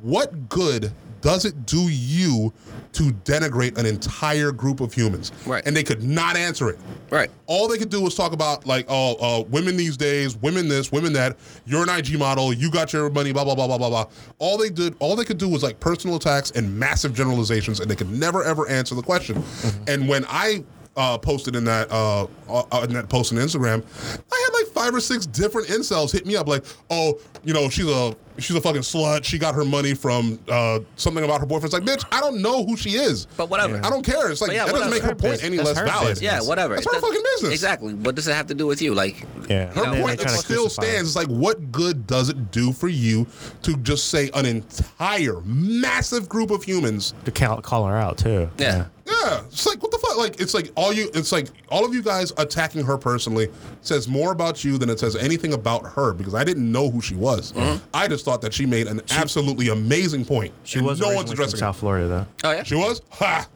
S1: What good does it do you to denigrate an entire group of humans?
S2: Right.
S1: And they could not answer it.
S2: Right.
S1: All they could do was talk about like, oh, uh, women these days, women this, women that. You're an IG model. You got your money. Blah blah blah blah blah blah. All they did, all they could do was like personal attacks and massive generalizations, and they could never ever answer the question. And when I uh, posted in that uh, uh, in that post on Instagram, I had like five or six different incels hit me up like, oh, you know, she's a she's a fucking slut. She got her money from uh, something about her boyfriend. It's like, bitch, I don't know who she is.
S2: But whatever.
S1: I don't care. It's like
S2: But yeah,
S1: that doesn't
S2: whatever.
S1: make her
S3: Her
S1: point
S3: business.
S1: any
S3: That's
S1: less
S3: her
S1: valid.
S3: business.
S2: Yeah, whatever.
S1: That's
S2: It
S1: her
S2: does-
S1: fucking business.
S2: Exactly. What does it have to do with you? Like,
S3: Yeah.
S2: you
S1: Her
S2: know,
S3: And
S1: point
S3: they're
S1: it
S3: trying to
S1: still
S3: crucify
S1: stands. It's like, what good does it do for you to just say an entire massive group of humans?
S3: To call, call her out too.
S2: yeah.
S1: Yeah, it's like what the fuck. Like it's like all you. It's like all of you guys attacking her personally says more about you than it says anything about her because I didn't know who she was. I just thought that she made an absolutely amazing point.
S3: Mm-hmm. She
S1: and
S3: was
S1: no
S3: originally
S1: one's addressing
S3: from
S1: it.
S3: South Florida though.
S2: Oh yeah.
S1: She was? Ha!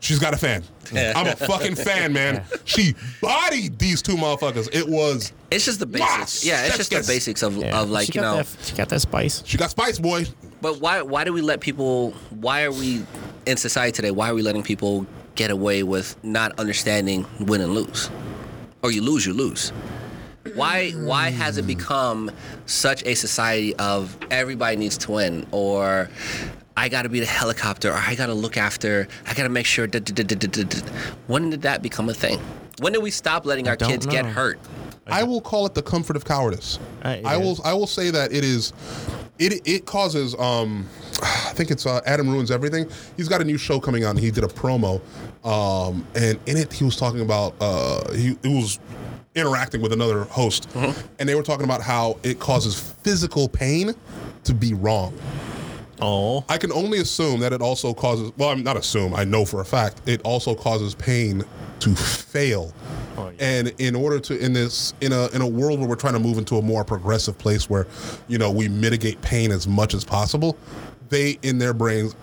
S1: She's got a fan. I'm a fucking
S3: [LAUGHS]
S1: fan, man. She bodied these two motherfuckers. It was
S2: It's just the basics. Yeah, it's just the
S1: Yes.
S2: basics of, of like,
S3: she
S2: you
S3: got
S2: know.
S3: that, she got that spice.
S1: she got Spice Boy.
S2: But why why do we let people why are we in society today, why are we letting people get away with not understanding win and lose? Or you lose, you lose. Why why has it become such a society of everybody needs to win or I gotta be the helicopter or I gotta look after I gotta make sure da- da- da- da- da- da- da. when did that become a thing? When did we stop letting our
S3: don't
S2: kids get
S3: know.
S2: hurt?
S1: I will call it the comfort of cowardice.
S3: Uh, it
S1: I will.
S3: is.
S1: I will say that it is. It it causes. Um, [SIGHS] I think it's uh, Adam ruins everything. He's got a new show coming out, and he did a promo. Um, and in it, he was talking about. Uh, he it was interacting with another host, and they were talking about how it causes physical pain to be wrong.
S3: Oh.
S1: I can only assume that it also causes. Well, I'm not assume. I know for a fact it also causes pain to fail.
S3: Oh, yeah.
S1: And in order to in this in a in a world where we're trying to move into a more progressive place where, you know, we mitigate pain as much as possible, they in their brains.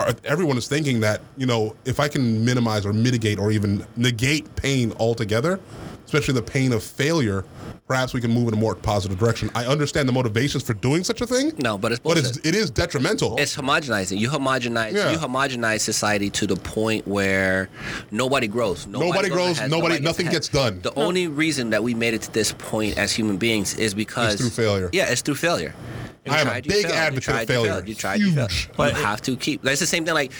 S1: are- Everyone is thinking that you know if I can minimize or mitigate or even negate pain altogether, especially the pain of failure, perhaps we can move in a more positive direction. I understand the motivations for doing such a thing.
S2: No, but it's
S1: but
S2: bullshit.
S1: it's it is detrimental.
S2: It's homogenizing. You homogenize.
S1: Yeah.
S2: You homogenize society to the point where nobody grows.
S1: Nobody grows,
S2: ahead,
S1: nobody- nothing
S2: ahead.
S1: gets done.
S2: The only reason that we made it to this point as human beings is because
S1: through failure.
S2: Yeah, it's through failure. You
S1: I am a
S2: tried, you
S1: big
S2: failed, you
S1: advocate of
S2: tried, you
S1: failure.
S2: failed, You tried, you failed.
S1: Huge.
S2: you have to keep. That's the same thing. Like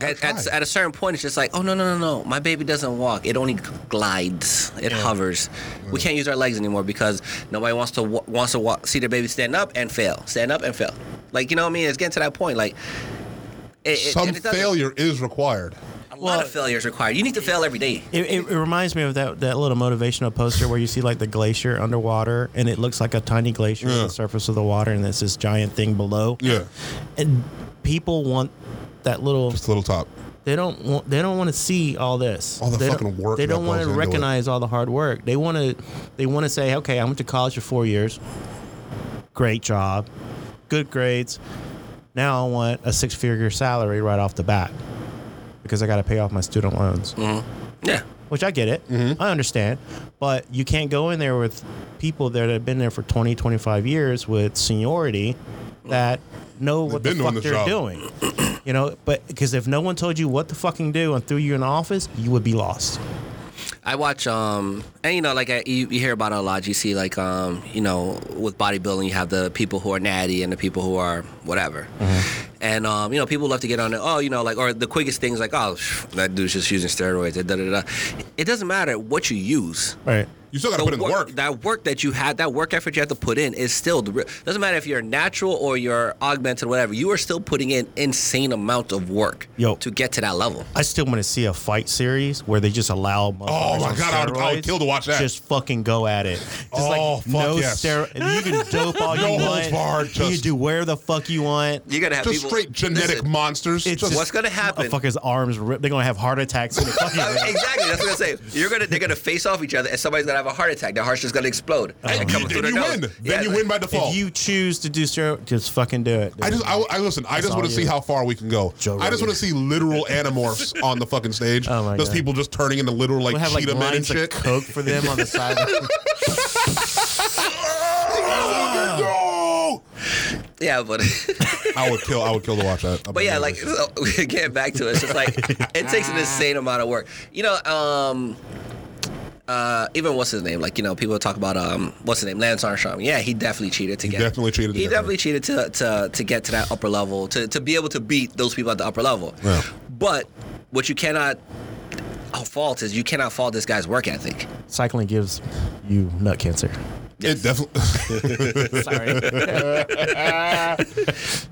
S2: at, at,
S1: try.
S2: at a certain point, it's just like, oh no, no, no, no. My baby doesn't walk. It only glides. It hovers. We can't use our legs anymore because nobody wants to wa- wants to walk, see their baby stand up and fail, stand up and fail. Like you know what I mean? It's getting to that point. Like it, it-
S1: Some
S2: it doesn't-
S1: failure is required.
S2: A lot of failure is required. You need to fail every day.
S3: It, it, it reminds me of that, that little motivational poster where you see like the glacier underwater and it looks like a tiny glacier on
S1: Yeah.
S3: the surface of the water and it's this giant thing below.
S1: Yeah,
S3: And people want that little
S1: just a little top.
S3: they don't want they don't want to see all this.
S1: All the
S3: they
S1: fucking
S3: don't,
S1: work
S3: They
S1: that
S3: don't want
S1: goes
S3: to
S1: into it.
S3: recognize all the hard work. They want to they want to say, okay, I went to college for four years. Great job, good grades. Now I want a six figure salary right off the bat because I got to pay off my student loans.
S2: Yeah.
S3: which I get it.
S1: Mm-hmm.
S3: I understand. But you can't go in there with people that have been there for 20, 25 years with seniority that know what the
S1: been doing
S3: fuck
S1: this
S3: they're
S1: job.
S3: doing. You know, but because if no one told you what to fucking do and threw you in the office, you would be lost.
S2: I watch, um, and you know, like I, you, you hear about it a lot. You see, like, um, you know, with bodybuilding, you have the people who are natty and the people who are whatever.
S1: Mm-hmm.
S2: And um, you know, people love to get on it. Oh, you know, like, or the quickest things, like, oh, pff, that dude's just using steroids. Da, da, da, da. It doesn't matter what you use.
S3: Right.
S1: You still got to
S2: The
S1: put in the
S2: work-
S1: work.
S2: That work that you had, that work effort you have to put in, is still the real. Doesn't matter if you're natural or you're augmented, whatever. You are still putting in insane amount of work
S3: Yo.
S2: to get to that level.
S3: I still want to see a fight series where they just allow. motherfuckers
S1: Oh my
S3: on
S1: God, I would- I would
S3: steroids,
S1: kill to watch that.
S3: Just fucking go at it. Just
S1: Oh,
S3: like
S1: fuck
S3: no
S1: yes.
S3: steroids. You can dope
S1: [LAUGHS]
S3: all
S1: No
S3: you
S1: holds
S3: want.
S1: barred,
S3: you can
S1: just-
S3: do where the fuck you want.
S2: You're gonna have
S1: Just
S2: people
S1: straight genetic
S2: Listen,
S1: monsters.
S3: It's
S1: Just-
S2: What's gonna happen?
S3: Motherfuckers' arms rip. They're gonna have heart attacks. In
S2: [LAUGHS]
S3: the fucking
S2: I mean, exactly. That's what I say. You're gonna they're gonna face off each other, and somebody's gonna have a heart attack. Their heart's just gonna explode.
S1: and
S2: And
S1: you-
S2: coming through
S1: then
S2: their
S1: you
S2: nose.
S1: win.
S2: Yeah,
S1: Then you
S2: like-
S1: win by default.
S3: if you choose to do steroids, just fucking do it.
S1: I just, I, I listen. I just
S3: all
S1: want to
S3: you.
S1: see how far we can go.
S3: [LAUGHS] Joe
S1: I just
S3: Rogan.
S1: want to see literal
S3: [LAUGHS]
S1: animorphs on the fucking stage.
S3: Oh my
S1: Those
S3: God.
S1: people just turning into literal like
S3: We'll have like
S1: cheetah men and
S3: lines of
S1: shit.
S3: coke for them on the
S1: [LAUGHS]
S3: side.
S1: No!
S2: yeah, but
S1: [LAUGHS]
S2: [LAUGHS]
S1: I would kill. I would kill to watch that.
S2: but yeah,
S1: [LAUGHS]
S2: like so, [LAUGHS] getting back to it, it's just like it takes
S1: Ah.
S2: an insane amount of work. You know, um. Uh, even what's his name? Like you know, people talk about um, what's his name? Lance Armstrong. Yeah, he definitely cheated to get.
S1: definitely cheated to
S2: He
S1: get
S2: definitely cheated to, to to get to that upper level to to be able to beat those people at the upper level.
S1: Yeah.
S2: But what you cannot uh, fault is you cannot fault this guy's work ethic.
S3: Cycling gives you nut cancer.
S1: it definitely.
S3: [LAUGHS]
S1: [LAUGHS]
S3: Sorry.
S1: the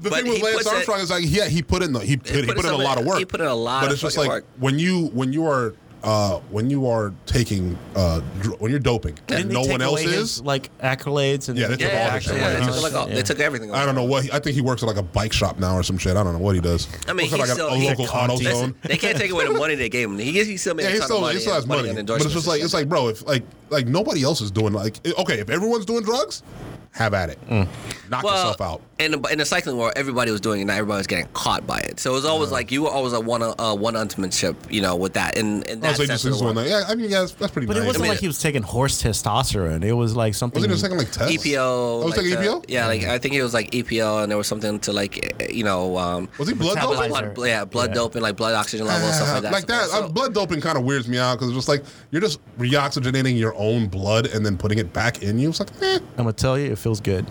S2: But
S1: thing with
S2: he
S1: Lance
S2: puts it-
S1: Armstrong is like, yeah, he put in the he put, he
S2: put
S1: put in a
S2: some-
S1: lot of work.
S2: he put in a lot
S1: But
S2: of
S1: it's just
S2: fucking
S1: like
S2: work.
S1: when you when you are uh, when you are taking uh, dr- when you're doping and no one else is.
S3: like accolades and
S1: Yeah, they took
S2: Yeah,
S1: all
S2: yeah,
S1: his shit
S2: yeah,
S1: away.
S2: they, took, like, all, they took everything. away.
S1: I don't know what he, I think he works at like a bike shop now or some shit. I don't know what he does.
S2: I mean,
S1: Works
S2: he's
S1: at, like
S2: still-
S1: a, a
S2: he's
S1: local
S3: a
S1: auto
S3: content.
S2: [LAUGHS]
S1: zone.
S2: They can't take away the money they gave him. He, he still made
S1: Yeah,
S2: a
S1: he
S2: ton of
S1: still,
S2: money.
S1: he still
S2: and
S1: has money,
S2: and
S1: but it's
S2: endorsements
S1: just
S2: and
S1: like it's
S2: stuff.
S1: like, bro, if like like nobody else is doing like okay, if everyone's doing drugs, have at it,
S3: Mm.
S1: knock yourself out.
S2: In the, in the cycling world, everybody was doing it, and everybody was getting caught by it. So it was always like you were always a one uh, one upmanship, you know, with that. And, and
S1: I
S2: that
S1: was like,
S2: sense
S1: Oh, just
S2: of
S1: this
S2: the
S1: one.
S2: world.
S1: Like, yeah, I mean, yeah, that's, that's pretty.
S3: But it
S1: nice.
S2: I
S3: wasn't
S2: mean-
S3: like he was taking horse testosterone. It was like something.
S1: Wasn't it second like test?
S2: EPO.
S1: I was
S2: E like
S1: taking E
S2: the-
S1: EPO.
S2: Yeah, like I think it was like EPO, and there was something to like, eh, you know, um,
S1: Was he blood
S3: Metabolizer.
S1: doping?
S2: blood, yeah, blood
S3: Yeah.
S2: doping, like blood oxygen level, and stuff like that.
S1: Like that,
S2: So-
S1: uh, blood doping kind of weirds me out because it's just like you're just reoxygenating your own blood and then putting it back in you. It's like, eh,
S3: I'm gonna tell you, it feels good.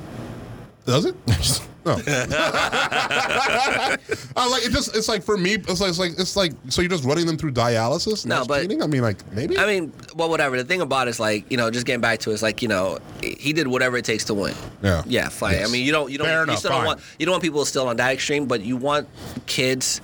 S2: [LAUGHS]
S1: does it? No. [LAUGHS] I like it. Just it's like for me, it's like it's like it's like so you're just running them through dialysis. And
S2: No,
S1: that's
S2: but-
S1: cheating? I mean, like maybe.
S2: I mean, well, whatever. The thing about it is like, you know, just getting back to it, it's like, you know, he did whatever it takes to win.
S1: Yeah.
S2: Yeah, fine.
S1: Yes.
S2: I mean, you don't, you don't,
S1: Fair
S2: you
S1: enough,
S2: still
S1: fine.
S2: don't want, you don't want people still on that extreme, but you want kids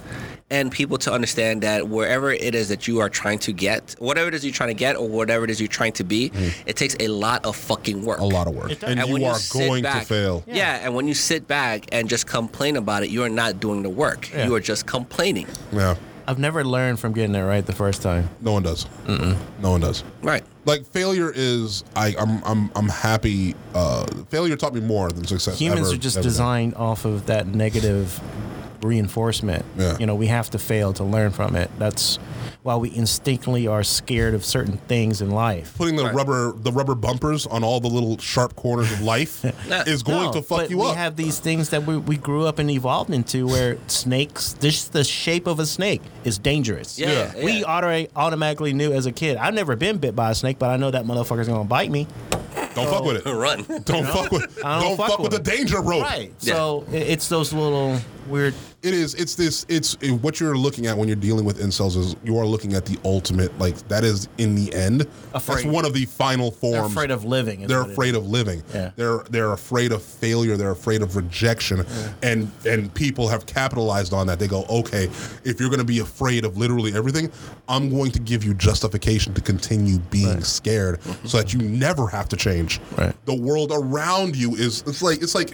S2: and people to understand that wherever it is that you are trying to get, whatever it is you're trying to get, or whatever it is you're trying to be, it takes a lot of fucking work.
S1: Mm. a lot of work, and,
S2: when
S1: you are
S2: sit
S1: going
S2: back-
S1: to fail.
S2: Yeah. and when you sit back and just complain about it, you are not doing the work.
S3: Yeah.
S2: You are just complaining.
S1: Yeah,
S3: I've never learned from getting it right the first time.
S1: no one does. No one does.
S2: Right. [LAUGHS]
S1: Like failure is, I, I'm, I'm, I'm happy. Uh, failure taught me more than success.
S3: Humans
S1: ever-
S3: are just
S1: ever did.
S3: designed off of that negative reinforcement.
S1: Yeah.
S3: You know, we have to fail to learn from it. That's why we instinctively are scared of certain things in life.
S1: Putting the
S2: Right.
S1: rubber, the rubber bumpers on all the little sharp corners of life is
S3: [LAUGHS]
S1: going
S3: No,
S1: to fuck
S3: but
S1: you
S3: we
S1: up.
S3: have these things that we, we grew up and evolved into where [LAUGHS] snakes, just the shape of a snake is dangerous.
S2: Yeah, Yeah.
S3: We
S2: yeah.
S3: auto- automatically knew as a kid. I've never been bit by a snake, but I know that motherfucker's going to bite me.
S1: don't fuck with it.
S2: Run.
S1: Don't fuck with. Don't,
S3: I don't
S1: fuck,
S3: fuck
S1: with,
S3: with
S1: the
S3: it.
S1: danger rope.
S3: Right. So i- it's those little weird.
S1: It is. It's this. It's it- what you're looking at when you're dealing with incels is you are looking at the ultimate. Like that is in the end. That's
S3: Afraid.
S1: one of the final
S3: They're
S1: forms.
S3: afraid of living. is
S1: they're
S3: what it
S1: afraid of living.
S3: Yeah.
S1: They're they're afraid of failure. They're afraid of rejection. And and people have capitalized on that. They go, okay, if you're going to be afraid of literally everything, I'm going to give you justification to continue being scared, so that you never have to change.
S3: Right.
S1: The world around you is it's like it's like.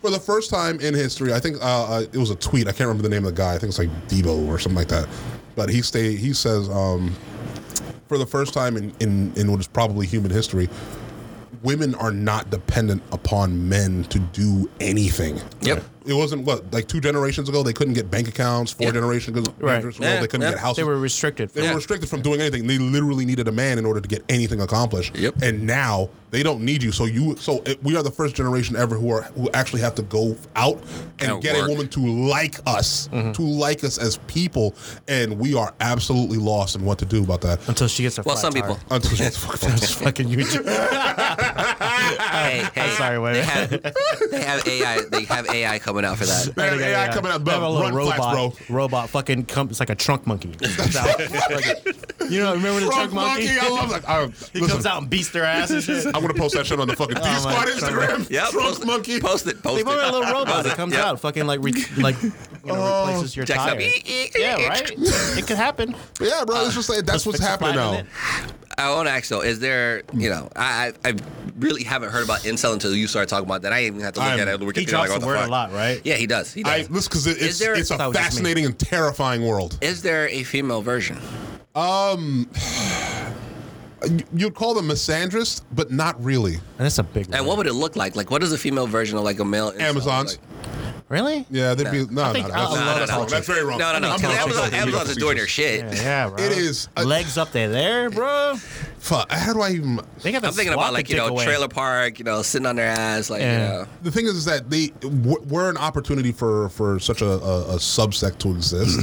S1: For the first time in history, I think uh, uh, it was a tweet. I can't remember the name of the guy. I think it's like Debo or something like that. But he stay. He says, um, for the first time in, in, in what is probably human history, women are not dependent upon men to do anything.
S2: Yep.
S1: It wasn't what like two generations ago they couldn't get bank accounts. Four
S2: Yeah.
S1: generations ago,
S3: Right.
S1: generations ago,
S2: Yeah,
S1: they couldn't
S2: yeah.
S1: get houses.
S3: They were restricted.
S1: They were restricted from doing anything. They literally needed a man in order to get anything accomplished.
S2: Yep.
S1: And now they don't need you. So you, so it, we are the first generation ever who are who actually have to go out and
S2: And
S1: get
S2: work. Mm-hmm.
S1: a woman to like us, to like us as people, and we are absolutely lost in what to do about that.
S3: until she gets a
S2: Well,
S3: flat
S2: some
S3: tire.
S2: people.
S1: Until she gets fucked [LAUGHS] up.
S3: Fucking YouTube.
S2: hey,
S3: [LAUGHS]
S2: hey,
S3: I'm sorry, wait.
S2: They have, they have AI. They have AI coming out for
S1: [LAUGHS]
S2: that.
S1: Man, AI coming out,
S3: They have a
S1: bro.
S3: little
S1: Run
S3: robot,
S1: flaps, bro.
S3: robot fucking come. It's like a trunk monkey. It comes
S1: [LAUGHS]
S3: out. Like, you know, remember the
S1: Drunk
S3: trunk, monkey?
S1: monkey, I love that. I,
S3: [LAUGHS] He
S1: listen,
S3: comes out and beats their ass and
S1: [LAUGHS]
S3: shit.
S1: I'm gonna post that shit on the fucking D
S3: my
S1: Squad
S3: God.
S1: Instagram.
S2: Yeah,
S1: Drunk
S2: post it-
S1: monkey.
S2: Post it. Post
S3: They
S2: it.
S3: bought a little robot that comes
S2: Yep.
S3: out, fucking like re- like you know, replaces your
S2: [LAUGHS] Jacks
S3: tire.
S2: up. Eek, eek,
S3: Yeah,
S2: eek.
S3: right. It could happen.
S1: But yeah, bro. Oh. It's just like that's what's
S3: Fix the
S1: happening
S3: flat
S1: now.
S3: in
S2: I want to ask though, is there, you know, I I I really haven't heard about incel until you started talking about that. I even had to look
S1: I'm-
S2: at it. Look at it,
S3: it. Um, He
S2: like,
S3: drops
S2: what
S3: the
S2: the
S3: word
S2: fuck?
S3: a lot, right?
S2: Yeah, he does. He
S1: I
S2: does.
S1: this because it, it's
S2: there-
S1: it's
S3: That
S1: a
S3: was just me.
S1: fascinating and terrifying world.
S2: is there a female version?
S1: You- You'd call them misandrist, but not really.
S3: And that's a big.
S2: And
S3: word.
S2: what would it look like? Like, what is a female version of like a male? Incel?
S1: Amazon's.
S2: Like,
S3: Really?
S1: Yeah, they'd be no, no,
S3: think
S1: no,
S3: I'll-
S1: that's,
S3: I'll let
S1: that's wrong.
S3: it
S1: That's very wrong.
S2: No, no, no.
S1: I'm
S2: Because
S1: sorry,
S2: Amazon,
S1: sorry, sorry,
S2: Amazon's
S1: sorry.
S2: doing their shit.
S3: Yeah, yeah bro.
S1: It is. uh,
S3: legs up there, there, bro.
S1: fuck. How do I even?
S3: They got the
S2: I'm thinking about like you know
S3: away.
S2: trailer park, you know, sitting on their ass, like
S3: Yeah.
S2: you know.
S1: The thing is, is that they w- were an opportunity for for such a, a, a subsect to [CLEARS THROAT] exist.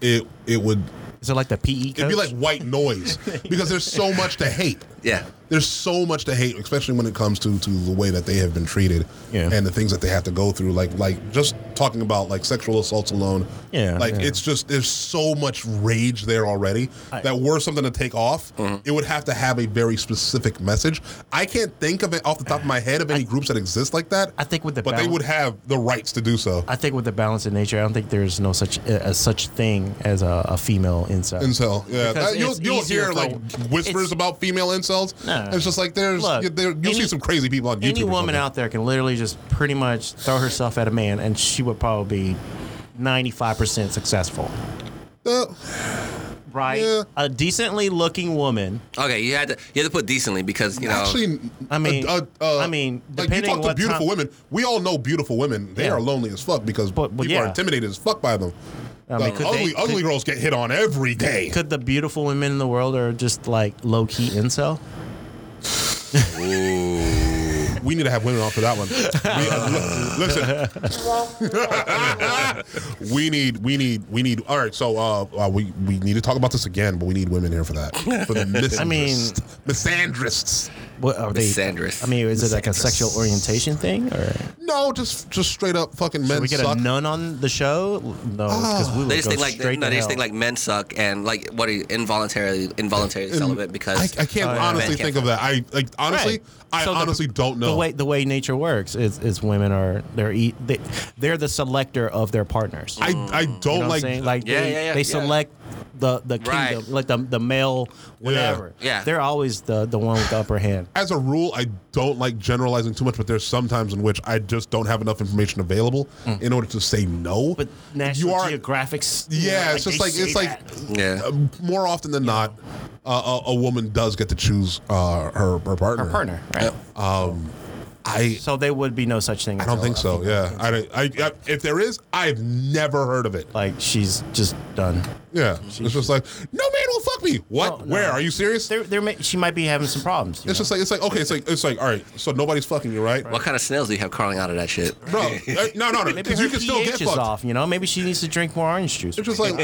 S1: it it would
S3: Is it like the PE?
S1: it'd be
S3: coach?
S1: like white noise because there's so much to hate.
S2: Yeah.
S1: There's so much to hate, especially when it comes to, to the way that they have been treated
S3: Yeah.
S1: and the things that they have to go through. Like like just talking about like sexual assaults alone.
S3: Yeah,
S1: Like
S3: yeah.
S1: it's just there's so much rage there already
S3: I-
S1: that were something to take off, it would have to have a very specific message. I can't think of it off the top of my head of any groups that exist like that.
S3: I think with the
S1: but they
S3: balance-
S1: would have the rights to do so.
S3: I think with the balance in nature, I don't think there's no such a, such thing as a, a female incel.
S1: Incel, yeah.
S3: Because
S1: Uh, you'll
S3: it's
S1: you'll
S3: easier
S1: hear
S3: for-
S1: like whispers
S3: it's-
S1: about female incels.
S3: Nah.
S1: it's just like there's
S3: Look,
S1: you, there, you'll see
S3: any-
S1: some crazy people on YouTube.
S3: Any
S1: or
S3: woman
S1: something.
S3: out there can literally just pretty much throw herself at a man, and she would probably be ninety five percent successful.
S1: Uh,
S3: Right?
S1: Yeah.
S3: A decently looking woman.
S2: Okay, you had to you had to put decently because you know.
S1: Actually, uh,
S3: I mean- I mean,
S1: like you
S3: depending
S1: talk to
S3: what
S1: beautiful
S3: time-
S1: women. We all know beautiful women. They
S3: Yeah.
S1: are lonely as fuck because
S3: But- but
S1: people are
S3: yeah.
S1: intimidated as fuck by them.
S3: I mean,
S1: Like,
S3: could
S1: ugly,
S3: they-
S1: ugly
S3: could-
S1: girls get hit on every day.
S3: Could the beautiful women in the world are just like low key incel?
S1: we need to have women on for that one. We- uh, li- uh,
S3: [LAUGHS]
S1: listen, we need, we need, we need. All right, so uh, uh, we we need to talk about this again, but we need women here for that. For the
S3: [LAUGHS]
S1: misandrists.
S3: I mean-
S1: misandrists.
S3: What are they?
S2: Misandrous.
S3: I mean, is it like a
S1: Misandrous.
S3: sexual orientation thing, or
S1: No, just just straight up fucking men
S3: we get
S1: suck.
S3: a nun on the show? No, because we would
S2: They just
S3: go
S2: think like
S3: straight
S2: no,
S3: to
S2: they just
S3: hell.
S2: think like men suck and like what are you involuntarily involuntary celibate because
S1: I, I can't
S3: Oh, yeah.
S1: honestly
S2: Men can't
S1: think of that. I like honestly,
S3: Right.
S1: I
S3: So the-
S1: honestly don't know.
S3: the way the way nature works is, is women are they're e- they, they're the selector of their partners.
S1: I I don't
S3: Mm. You know what I'm
S1: like.
S3: saying? Like
S2: Yeah,
S3: they,
S2: yeah, yeah,
S3: they
S2: yeah.
S3: select the the kingdom,
S2: Right.
S3: like the the male whatever.
S2: Yeah.
S3: They're always the the one with the upper hand.
S1: as a rule, I don't like generalizing too much, but there's sometimes in which I just don't have enough information available in order to say no.
S3: Mm. But National Geographics.
S1: yeah, it's just like it's like
S2: Yeah.
S1: uh, more often than not, uh, a, a woman does get to choose uh, her her partner.
S3: her partner, right?
S1: I
S3: So there would be no such thing.
S1: I don't think so. Yeah, I, don't- I, I if there is, I've never heard of it.
S3: Like she's just done.
S1: Yeah, it's just like no man will fuck me. What?
S3: No, no.
S1: Where are you serious?
S3: There, there. May, she might be having some problems. you
S1: It's
S3: know?
S1: just like it's like okay, it's like it's like all right. So nobody's fucking you, right?
S2: what kind of snails do you have crawling out of that shit?
S3: [LAUGHS]
S1: Bro, uh, no, no, no,
S3: Maybe
S1: because
S3: her
S1: you can still get
S3: pH is
S1: fucked.
S3: off. You know, maybe she needs to drink more orange juice.
S1: It's just like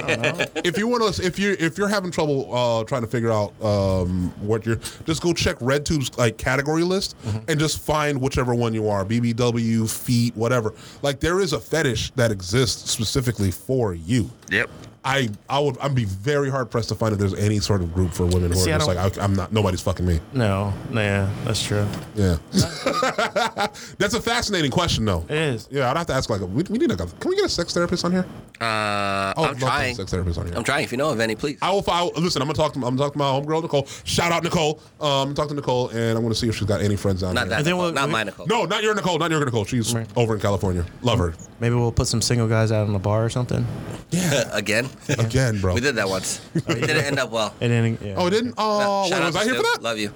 S1: [LAUGHS] if you want to, if you if you're having trouble uh, trying to figure out um, what you're, just go check RedTube's like category list
S3: Mm-hmm.
S1: and just find whichever one you are, BBW, feet, whatever. Like there is a fetish that exists specifically for you.
S2: Yep.
S1: I I would I'd be very hard pressed to find if there's any sort of group for women who
S3: See,
S1: are
S3: I
S1: just
S3: don't-
S1: like I, I'm not nobody's fucking me.
S3: no, yeah, that's true.
S1: Yeah, [LAUGHS] that's a fascinating question though.
S3: It is.
S1: Yeah, I'd have to ask like we, we need a can we get a sex therapist on here?
S2: Uh,
S1: Oh,
S2: I'm trying.
S1: sex therapist on here.
S2: I'm trying. If you know of any, please.
S1: I will file. Listen, I'm gonna talk to. I'm talking to my homegirl Nicole. Shout out Nicole. Um, talk to Nicole, and I'm gonna see if she's got any friends down
S2: Not
S1: here.
S2: that.
S3: then
S2: Nicole.
S3: we'll-
S2: not
S3: we-
S2: my Nicole.
S1: No, not your Nicole. Not your Nicole. She's over in California. Love her.
S3: Maybe we'll put some single guys out on the bar or something.
S2: [LAUGHS]
S1: [LAUGHS]
S2: Again.
S1: Again, bro.
S2: We did that once.
S3: Oh,
S2: It didn't end up well.
S3: And then, yeah.
S1: Oh, it didn't. Oh, wait,
S2: Shout out
S1: was
S2: to
S1: I here
S2: Stu.
S1: for that?
S2: Love you.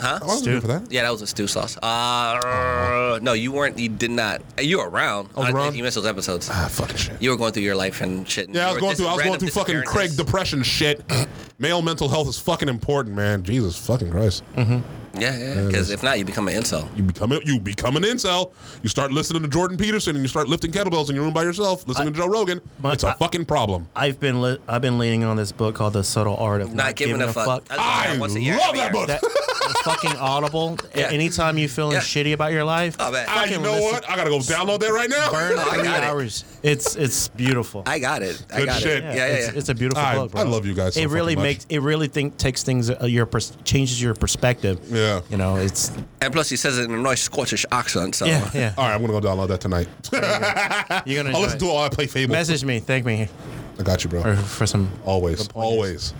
S1: I wasn't here for that.
S2: Yeah, that was a stew sauce. Uh, no, you weren't. You did not. You were around.
S1: was
S2: I
S1: around?
S2: think you missed those episodes.
S1: Ah, fucking shit.
S2: You were going through your life and shit. and
S1: Yeah, I
S2: you
S1: was
S2: were
S1: going through. I was
S2: dis-
S1: going
S2: random
S1: through fucking Craig
S2: disappearances.
S1: depression shit. [CLEARS THROAT] Male mental health is fucking important, man. Jesus fucking Christ.
S2: Mm. Yeah, yeah. Because if not, you become an incel.
S1: You become a, you become an incel. You start listening to Jordan Peterson and you start lifting kettlebells in your room by yourself, listening to Joe Rogan.
S3: My-
S1: it's a
S3: I-
S1: fucking problem.
S3: I've been li- I've been leaning on this book called The Subtle Art of Not,
S2: Not, giving, a, fuck. do that
S1: I
S2: once a year,
S1: love
S2: every year.
S1: that book.
S3: That
S2: [LAUGHS]
S3: fucking audible.
S2: Yeah.
S3: Anytime you're feeling
S2: Yeah.
S3: shitty about your life,
S2: Oh, man.
S1: I, you
S3: fucking
S1: know
S3: listen-
S1: what? I gotta go download that right now.
S2: [LAUGHS]
S3: burn
S2: I
S3: three
S2: got it.
S3: hours. It's it's beautiful.
S2: I got it. I
S1: Good
S2: got
S1: shit.
S2: it. Yeah, yeah, yeah.
S3: it's, it's a beautiful
S1: I-
S3: book. Bro.
S1: I love you guys so
S3: it really
S1: fucking much.
S3: makes it really think takes things uh, your pers- changes your perspective.
S1: [LAUGHS] Yeah.
S3: you know it's
S2: and plus, he says it in a nice Scottish accent. So
S3: yeah yeah.
S1: All right, I'm gonna go download that tonight. Oh,
S3: You're gonna enjoy
S1: I'll listen
S3: it.
S1: to it while I play Fable.
S3: message me, thank me
S1: I got you, bro.
S3: for, for some.
S1: always always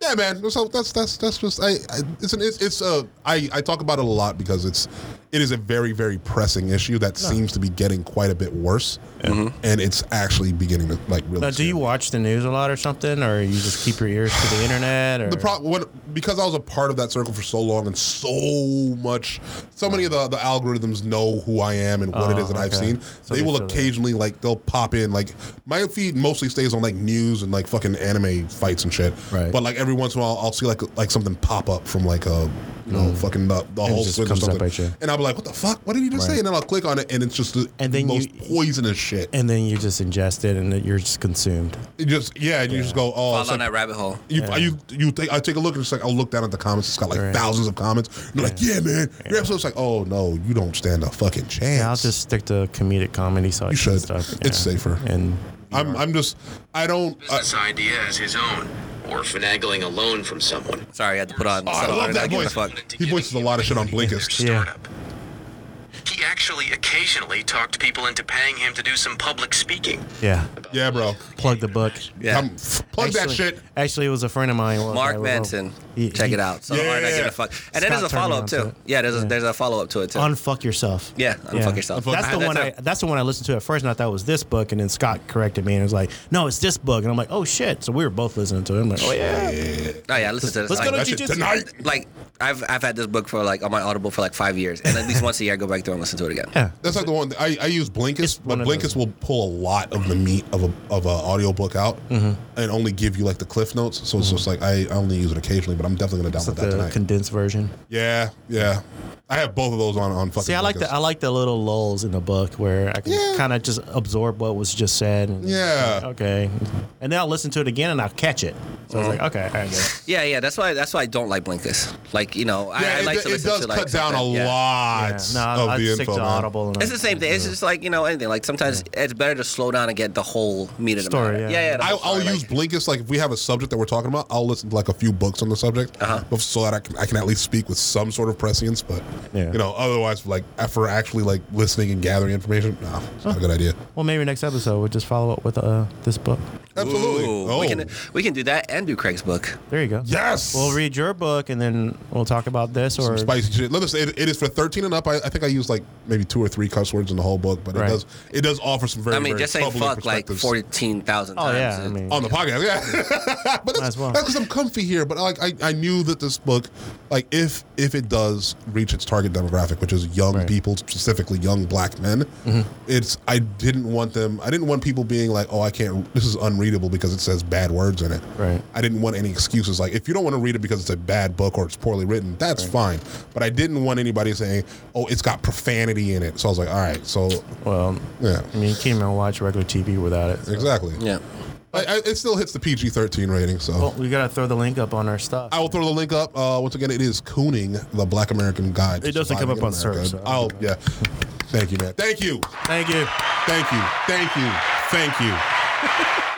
S1: yeah man so that's that's that's just i, I it's an it's, it's uh i i talk about it a lot because it's it is a very very pressing issue that seems to be getting quite a bit worse and it's actually beginning to like really
S3: Now, do
S1: scare
S3: you
S1: me.
S3: watch the news a lot or something, or you just keep your ears
S1: [SIGHS]
S3: to the internet? Or
S1: the pro- when, because I was a part of that circle for so long and so much, so many of the, the algorithms know who I am and what it
S3: Oh,
S1: is that I've
S3: okay.
S1: seen.
S3: So
S1: they
S3: they
S1: will
S3: feel that.
S1: occasionally like they'll pop in. Like my feed mostly stays on like news and like fucking anime fights and shit.
S3: Right.
S1: But like every once in a while, I'll see like like something pop up from like a you know fucking the, the whole
S3: Mm. just
S1: thing or
S3: comes up
S1: something,
S3: at you.
S1: and I'll be like, what the fuck? What did he just
S3: Right.
S1: say? And then I'll click on it, and it's just the
S3: And then
S1: most
S3: you-
S1: poisonous shit.
S3: and then you just ingest it, and you're just consumed.
S1: It just yeah, and you just go oh.
S2: fall
S1: it's like-
S2: down that rabbit hole.
S1: You, you, you take, I take a look and it's like, I'll look down at the comments. It's got like
S3: Right.
S1: thousands of comments. And they're like, yeah, man. Your episode's like, oh, no, you don't stand a fucking chance.
S3: I'll just stick to comedic comedy side. You
S1: should.
S3: Stuff.
S1: It's safer.
S3: And
S1: I'm, I'm just, I don't, I,
S4: business idea as his own, or finagling a loan from someone.
S2: Sorry, I had to put on.
S1: Oh, I
S2: some
S1: love
S2: other not
S1: that voice.
S2: giving a fuck.
S1: He voices a lot of shit on Blinkist.
S4: Their
S3: Yeah.
S4: startup. He actually occasionally talked people into paying him to do some public speaking.
S3: yeah,
S1: yeah, bro.
S3: plug the book.
S2: Yeah.
S1: I'm, f- plug that
S3: Actually-
S1: shit.
S3: Actually, it was a friend of mine. well, I
S2: Mark
S3: will-
S2: Manson.
S3: he-
S2: Check
S3: he-
S2: it out. So
S1: Yeah,
S2: yeah, I
S1: yeah,
S2: get
S1: yeah.
S2: a fuck. And then there's a
S3: Scott turned me
S2: follow up
S3: onto
S2: too.
S3: it.
S2: Yeah, there's a, there's a follow up to it too.
S3: Unfuck yourself.
S2: Yeah, unfuck yourself. I
S3: That's
S2: had
S3: the
S2: that
S3: one. I,
S2: too.
S3: that's the one I listened to at first, and I thought it was this book, and then Scott corrected me and was like, "No, it's this book," and I'm like, "Oh shit!" So we were both listening to it. I'm like, "Oh yeah."
S2: oh yeah, listen to this.
S3: Let's
S2: like,
S3: go to
S1: That shit
S3: jujitsu.
S1: tonight.
S2: like I've I've had this book for like on my Audible for like five years, and at least once a year I go back through and listen to it again.
S3: Yeah.
S1: That's like the one I, I use Blinkist, but
S3: one of
S1: Blinkist
S3: those.
S1: will pull a lot of the meat of a of a audiobook out
S3: Mm-hmm.
S1: and only give you like the cliff notes. So it's just like I, I only use it occasionally, but I'm definitely gonna download that
S3: the
S1: tonight.
S3: condensed version.
S1: yeah, yeah. I have both of those on on fucking.
S3: See, I like
S1: Blinkist.
S3: the I like the little lulls in the book where I can
S1: Yeah.
S3: kind of just absorb what was just said. And
S1: Yeah.
S3: Okay. And then I'll listen to it again and I'll catch it. So I was
S1: Uh-huh.
S3: like, okay, I get it.
S1: [LAUGHS]
S2: Yeah, yeah. That's why. That's why I don't like Blinkist. Like you know, I, I
S1: it,
S2: like
S1: do-
S2: to
S1: it
S2: listen
S1: does
S2: to
S1: cut
S2: like
S1: down a
S2: something. Yeah.
S1: lot
S3: No,
S1: of
S3: I
S1: the
S3: stick
S1: info.
S3: to
S1: man.
S3: Audible. And
S2: It's the same thing. It's just like you know anything. Like sometimes it's better to slow down and get the whole meat of the
S3: Story,
S2: matter.
S3: yeah.
S2: Yeah, yeah. the
S1: I,
S2: whole
S1: I'll
S2: story, like-
S1: use Blinkist. Like if we have a subject that we're talking about, I'll listen to like a few books on the subject,
S2: Uh-huh.
S1: uh so that I can, I can at least speak with some sort of prescience. But
S3: Yeah.
S1: you know, otherwise, like for actually like listening and gathering information, nah, it's not a good idea.
S3: Well, maybe next episode we'll just follow up with uh, this book.
S1: Absolutely.
S2: Ooh,
S1: oh.
S2: We can we can do that and do Craig's book.
S3: There you go.
S1: yes.
S3: We'll read your book and then we'll talk about this or
S1: Some spicy shit. Let us. It, it is for thirteen and up. I, I think I used like maybe two or three cuss words in the whole book, but
S3: Right.
S1: it does. It does offer some very.
S2: I mean,
S1: very
S2: just saying
S1: troubling
S2: fuck like
S1: perspectives.
S2: fourteen thousand
S3: Oh
S2: times.
S3: yeah, I mean,
S1: on the podcast. Yeah, [LAUGHS] but that's
S3: as well.
S1: that's because I'm comfy here. But like I, I knew that this book, like if if it does reach its target demographic, which is young
S3: Right. Mm-hmm.
S1: people, specifically young black men, it's I didn't want them. I didn't want people being like, oh, I can't. This is unreadable because it says bad words in it.
S3: Right.
S1: I didn't want any excuses. Like if you don't want to read it because it's a bad book or it's poorly written, that's fine. But I didn't want anybody saying, oh, it's got profanity in it. So I was like, all right, so
S3: well,
S1: yeah,
S3: I mean, you can't even watch regular TV without it. so-
S1: exactly.
S2: Yeah.
S1: I, I, it still hits the PG-13 rating. So.
S3: Well, we gotta throw the link up on our stuff.
S1: I will throw the link up. Uh, once again, it is Cooning, the Black American Guide. to
S3: It doesn't
S1: Surviving
S3: come up on
S1: in
S3: search,
S1: America.
S3: so-
S1: I'll yeah. Thank you, man. Thank you,
S3: Thank you.
S1: thank you, thank you, thank you.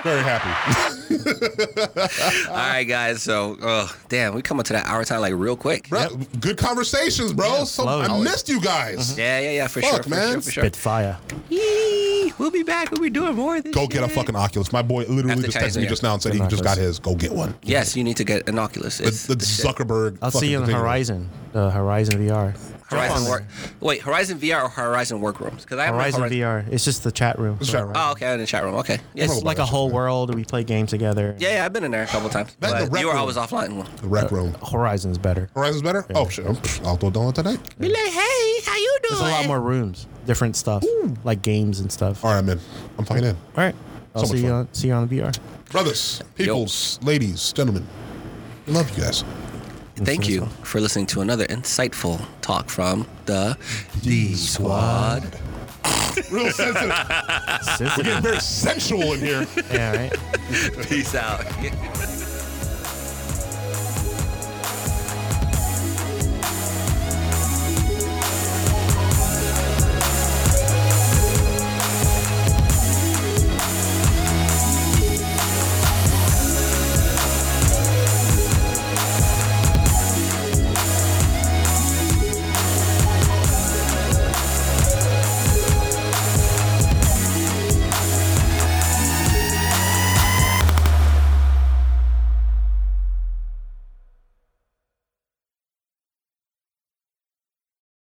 S1: Very happy.
S2: All right, guys. So, ugh, damn, we coming to that hour time like real quick.
S1: Bro, Good conversations, bro. so
S3: flowing. Mm-hmm.
S1: I missed you guys.
S2: Yeah, yeah, yeah. For
S1: Fuck,
S2: sure, for
S1: man.
S2: sure, for sure.
S3: Spitfire.
S2: Yee, we'll be back. We'll be doing more of this.
S1: Go get a
S2: shit.
S1: fucking Oculus. My boy literally
S2: After
S1: just
S2: Chinese
S1: texted
S2: New
S1: me
S2: Year.
S1: just now and said he just got his. Go get one.
S2: Yes, you need to get an Oculus.
S1: The,
S2: It's
S1: the
S2: the shit.
S1: Zuckerberg.
S3: I'll see
S1: fucking
S3: you on
S1: thing.
S3: Horizon, uh, Horizon VR.
S2: Horizon
S3: on
S2: Work. Wait, Horizon VR or Horizon Workrooms? Because I have my
S3: Horizon VR. It's just the chat room.
S1: chat room.
S2: Oh, okay, I'm in the chat room. Okay, yes.
S3: It's like a whole world. We play games together.
S2: yeah, yeah, I've been in there a couple times.
S1: That's the
S2: But
S1: rec
S2: you were
S1: room.
S2: always offline.
S1: The
S3: Uh,
S1: rec room.
S3: Horizon's better.
S1: Horizon's better? Oh, shit. I'm- pfft, I'll throw down today.
S2: Be like, hey, how you doing?
S3: There's a lot more rooms, different stuff, like games and stuff.
S1: All right, I'm in. I'm fucking in.
S3: All right. I'll
S1: So much
S3: see you
S1: fun.
S3: on see you on the VR.
S1: Brothers, peoples, ladies, gentlemen. I love you guys.
S2: Thank you for listening to another insightful talk from the D Squad.
S1: Real sensitive.
S3: Sensitive. [LAUGHS]
S1: Very sensual in here.
S3: yeah, right.
S2: Peace out.